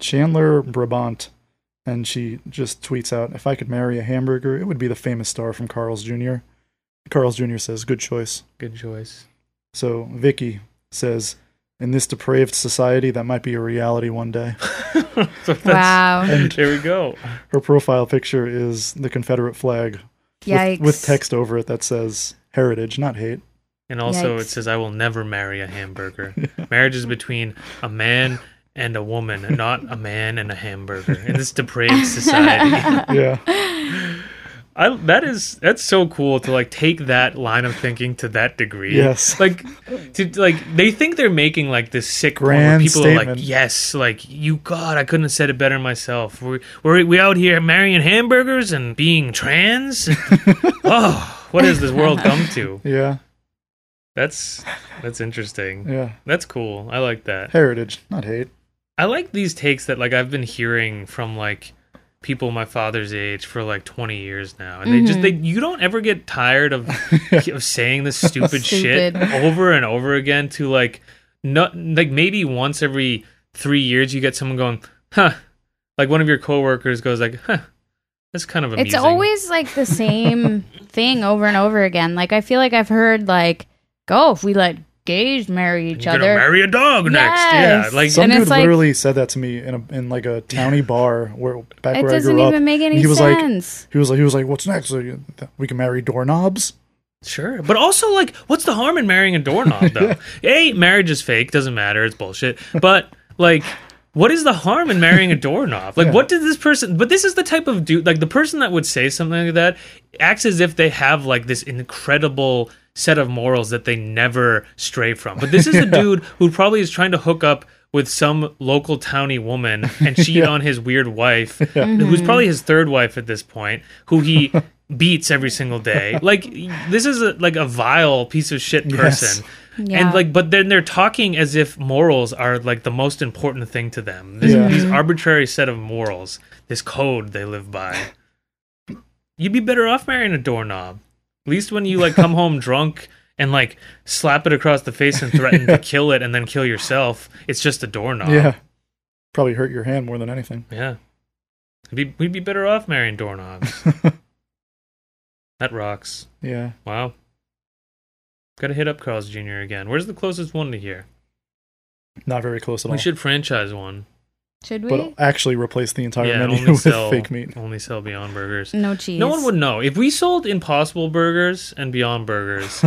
B: Chandler Brabant. And she just tweets out, If I could marry a hamburger, it would be the famous star from Carl's Jr. Carl's Jr. says, Good choice.
A: Good choice.
B: So Vicky says, in this depraved society, that might be a reality one day.
A: *laughs* So that's, *laughs*
C: Wow.
A: There we go.
B: Her profile picture is the Confederate flag
C: Yikes.
B: with, with text over it that says heritage, not hate.
A: And also, it
C: Yikes.
A: says, I will never marry a *laughs* hamburger. Marriage is between a man and a woman, not a man and a hamburger. In this depraved *laughs*
C: *laughs*
A: society.
B: Yeah.
A: I, that is that's so cool to like take that line of thinking to that degree.
B: Yes.
A: Like to like they think they're making like this sick point
B: Grand
A: where people are like,
B: statement.
A: yes, like you God, I couldn't have said it better myself. We're we're we out here marrying hamburgers and being trans.
B: *laughs*
A: oh, what has this world come to?
B: Yeah.
A: That's that's interesting.
B: Yeah.
A: That's cool. I like that.
B: Heritage, not hate.
A: I like these takes that like I've been hearing from like people my father's age for like 20 years now and they just
C: Mhm.
A: they you don't ever get tired
C: *laughs*
A: of of saying this stupid, shit
C: Stupid.
A: over and over again to like not like maybe once every 3 years you get someone going huh like one of your coworkers goes like huh that's kind of amusing
C: It's always like the same thing over and over again. Like I feel like I've heard like, go if we let gays marry each
A: you're
C: other.
A: gonna marry a dog next
C: Yes.
A: yeah like
B: Some
C: And
B: dude
C: it's like-
B: literally said that to me in a in like a towny bar where back
C: it
B: where I
C: doesn't
B: grew
C: even
B: up.
C: make any
B: he was like-
C: sense.
B: He was like, he was like, "What's next? Like, We can marry doorknobs."
A: Sure, but also like, what's the harm in marrying a doorknob though? A, marriage is fake, doesn't matter, it's bullshit. But like, what is the harm in marrying a doorknob? Like, what did this person? But this is the type of dude, like the person that would say something like that, acts as if they have like this incredible set of morals that they never stray from. But this is a dude who probably is trying to hook up with some local towny woman and cheat on his weird wife, who's probably his third wife at this point, who he beats every single day. Like this is a, like a vile piece of shit person.
C: Yeah.
A: And like, but then they're talking as if morals are like the most important thing to them. This,
B: Yeah.
A: These arbitrary set of morals, this code they live by. You'd be better off marrying a doorknob. At least when you like come home
B: *laughs*
A: drunk and like slap it across the face and threaten to kill it and then kill yourself, it's just a doorknob.
B: Yeah, probably hurt your hand more than anything. *laughs*
A: Yeah. We'd be, we'd be better off marrying doorknobs. that rocks.
B: Yeah,
A: Wow. Gotta hit up Carl's Jr. again. Where's the closest one to here?
B: not very close at all.
A: We should franchise one.
C: Should we?
B: but actually replace the entire
A: yeah,
B: menu
A: only
B: *laughs* with
A: sell
B: fake meat.
A: Only sell Beyond Burgers.
C: no cheese.
A: No one would know if we sold Impossible Burgers and Beyond Burgers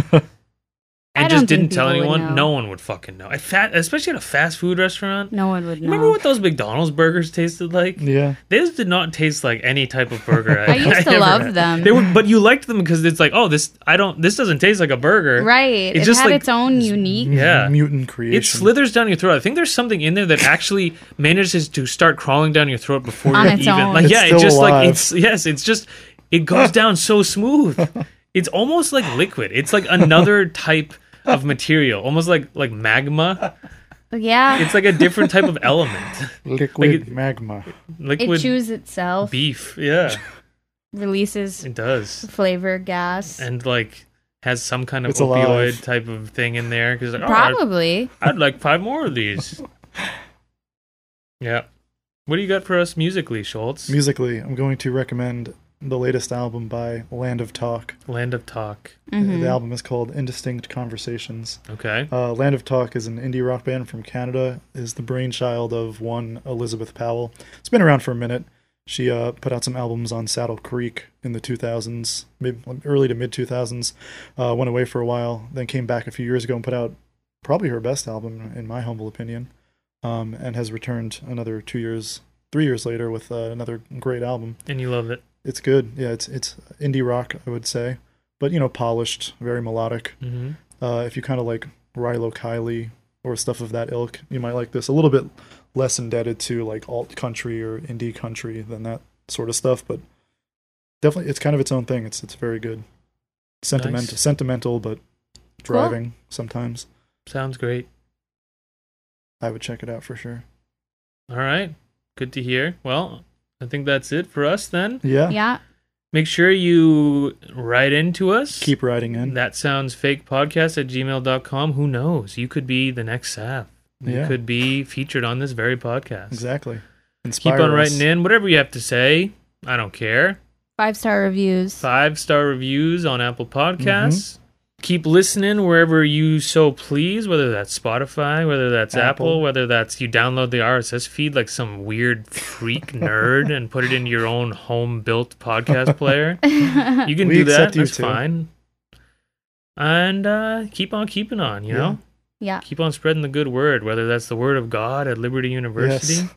C: I
A: and
C: don't
A: just
C: think
A: didn't tell
C: people would
A: anyone.
C: know.
A: No one would fucking know. At fat, especially at a fast food restaurant.
C: No one would know.
A: Remember what those McDonald's burgers tasted like?
B: Yeah,
A: These did not taste like any type of
C: *laughs*
A: burger. I,
C: I used to
A: ever
C: love
A: had.
C: them.
A: They were, but you liked them because it's like, oh, this I don't. This doesn't taste like a burger.
C: right.
A: It
C: It,
A: just,
C: had
A: like,
C: its own unique.
A: Yeah.
B: mutant
A: It
B: creation.
A: slithers down your throat. I think there's something in there that actually manages to start crawling down your throat before
C: On
A: you're
C: its
A: even.
C: own.
A: Like
B: It's
A: yeah, it
B: still
A: just like
B: alive.
A: it's yes, it's just it
B: *laughs*
A: goes down so smooth. It's almost like liquid. It's like
B: *laughs*
A: another type of material, almost like like magma.
C: Yeah.
A: It's like a different type of element.
B: Liquid
A: like it-
B: magma.
A: Liquid
C: it chews itself,
A: beef.
C: *laughs*
A: Yeah,
C: releases
A: it does.
C: flavor gas.
A: And like has some kind of
B: It's
A: opioid
B: alive.
A: type of thing in there because like, oh, I'd- *laughs*
C: Probably.
A: I'd like five more of
B: *laughs*
A: these. yeah. What do you got for us musically, Schultz?
B: Musically, I'm going to recommend the latest album by Land of Talk.
A: Land of Talk.
C: Mhm.
B: The album is called Indistinct Conversations.
A: Okay.
B: Uh, Land of Talk is an indie rock band from Canada. is the brainchild of one Elizabeth Powell. It's been around for a minute. She uh, put out some albums on Saddle Creek in the 2000s, mid, early to mid 2000s. Uh, went away for a while, then came back a few years ago and put out probably her best album, in my humble opinion. Um, and has returned another two years, three years later with uh, another great album.
A: And you love it.
B: It's good. Yeah, it's it's indie rock, I would say, but you know, polished, very melodic.
A: Mm-hmm.
B: Uh, if you kind of like Rilo Kiley or stuff of that ilk, you might like this. A little bit less indebted to like alt country or indie country than that sort of stuff, but definitely it's kind of its own thing. It's it's very good. Sentiment,
A: Nice.
B: sentimental, but driving sometimes.
A: Sounds great.
B: I would check it out for sure.
A: All right. Good to hear. Well, I think that's it for us then.
B: Yeah.
C: Yeah.
A: Make sure you write into us.
B: Keep riding in.
A: that sounds fake podcast at gmail.com. Who knows? You could be the next Sav. You
B: Yeah.
A: could be featured on this very podcast.
B: Exactly. Inspire
A: Keep on
B: us.
A: writing in. Whatever you have to say, I don't care.
C: Five star reviews. *laughs*
B: Mm-hmm.
A: five star reviews on Apple Podcasts. keep listening wherever you so please, whether that's Spotify, whether that's Apple,
B: Apple.
A: whether that's you download the RSS feed like some weird freak
B: *laughs*
A: nerd and put it in your own home built podcast
B: *laughs*
A: player. You can
B: We
A: do that.
B: accept you
A: That's
B: too.
A: fine. And uh, keep on keeping on, you
B: Yeah.
A: know?
C: yeah.
A: Keep on spreading the good word, whether that's the word of God at Liberty University
B: Yes.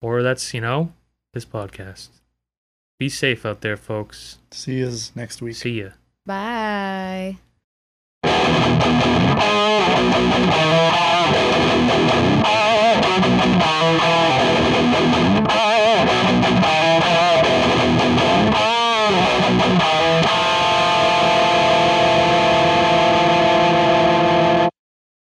A: or that's, you know, this podcast. Be safe out there, folks.
B: See you next week.
A: See ya.
C: Bye.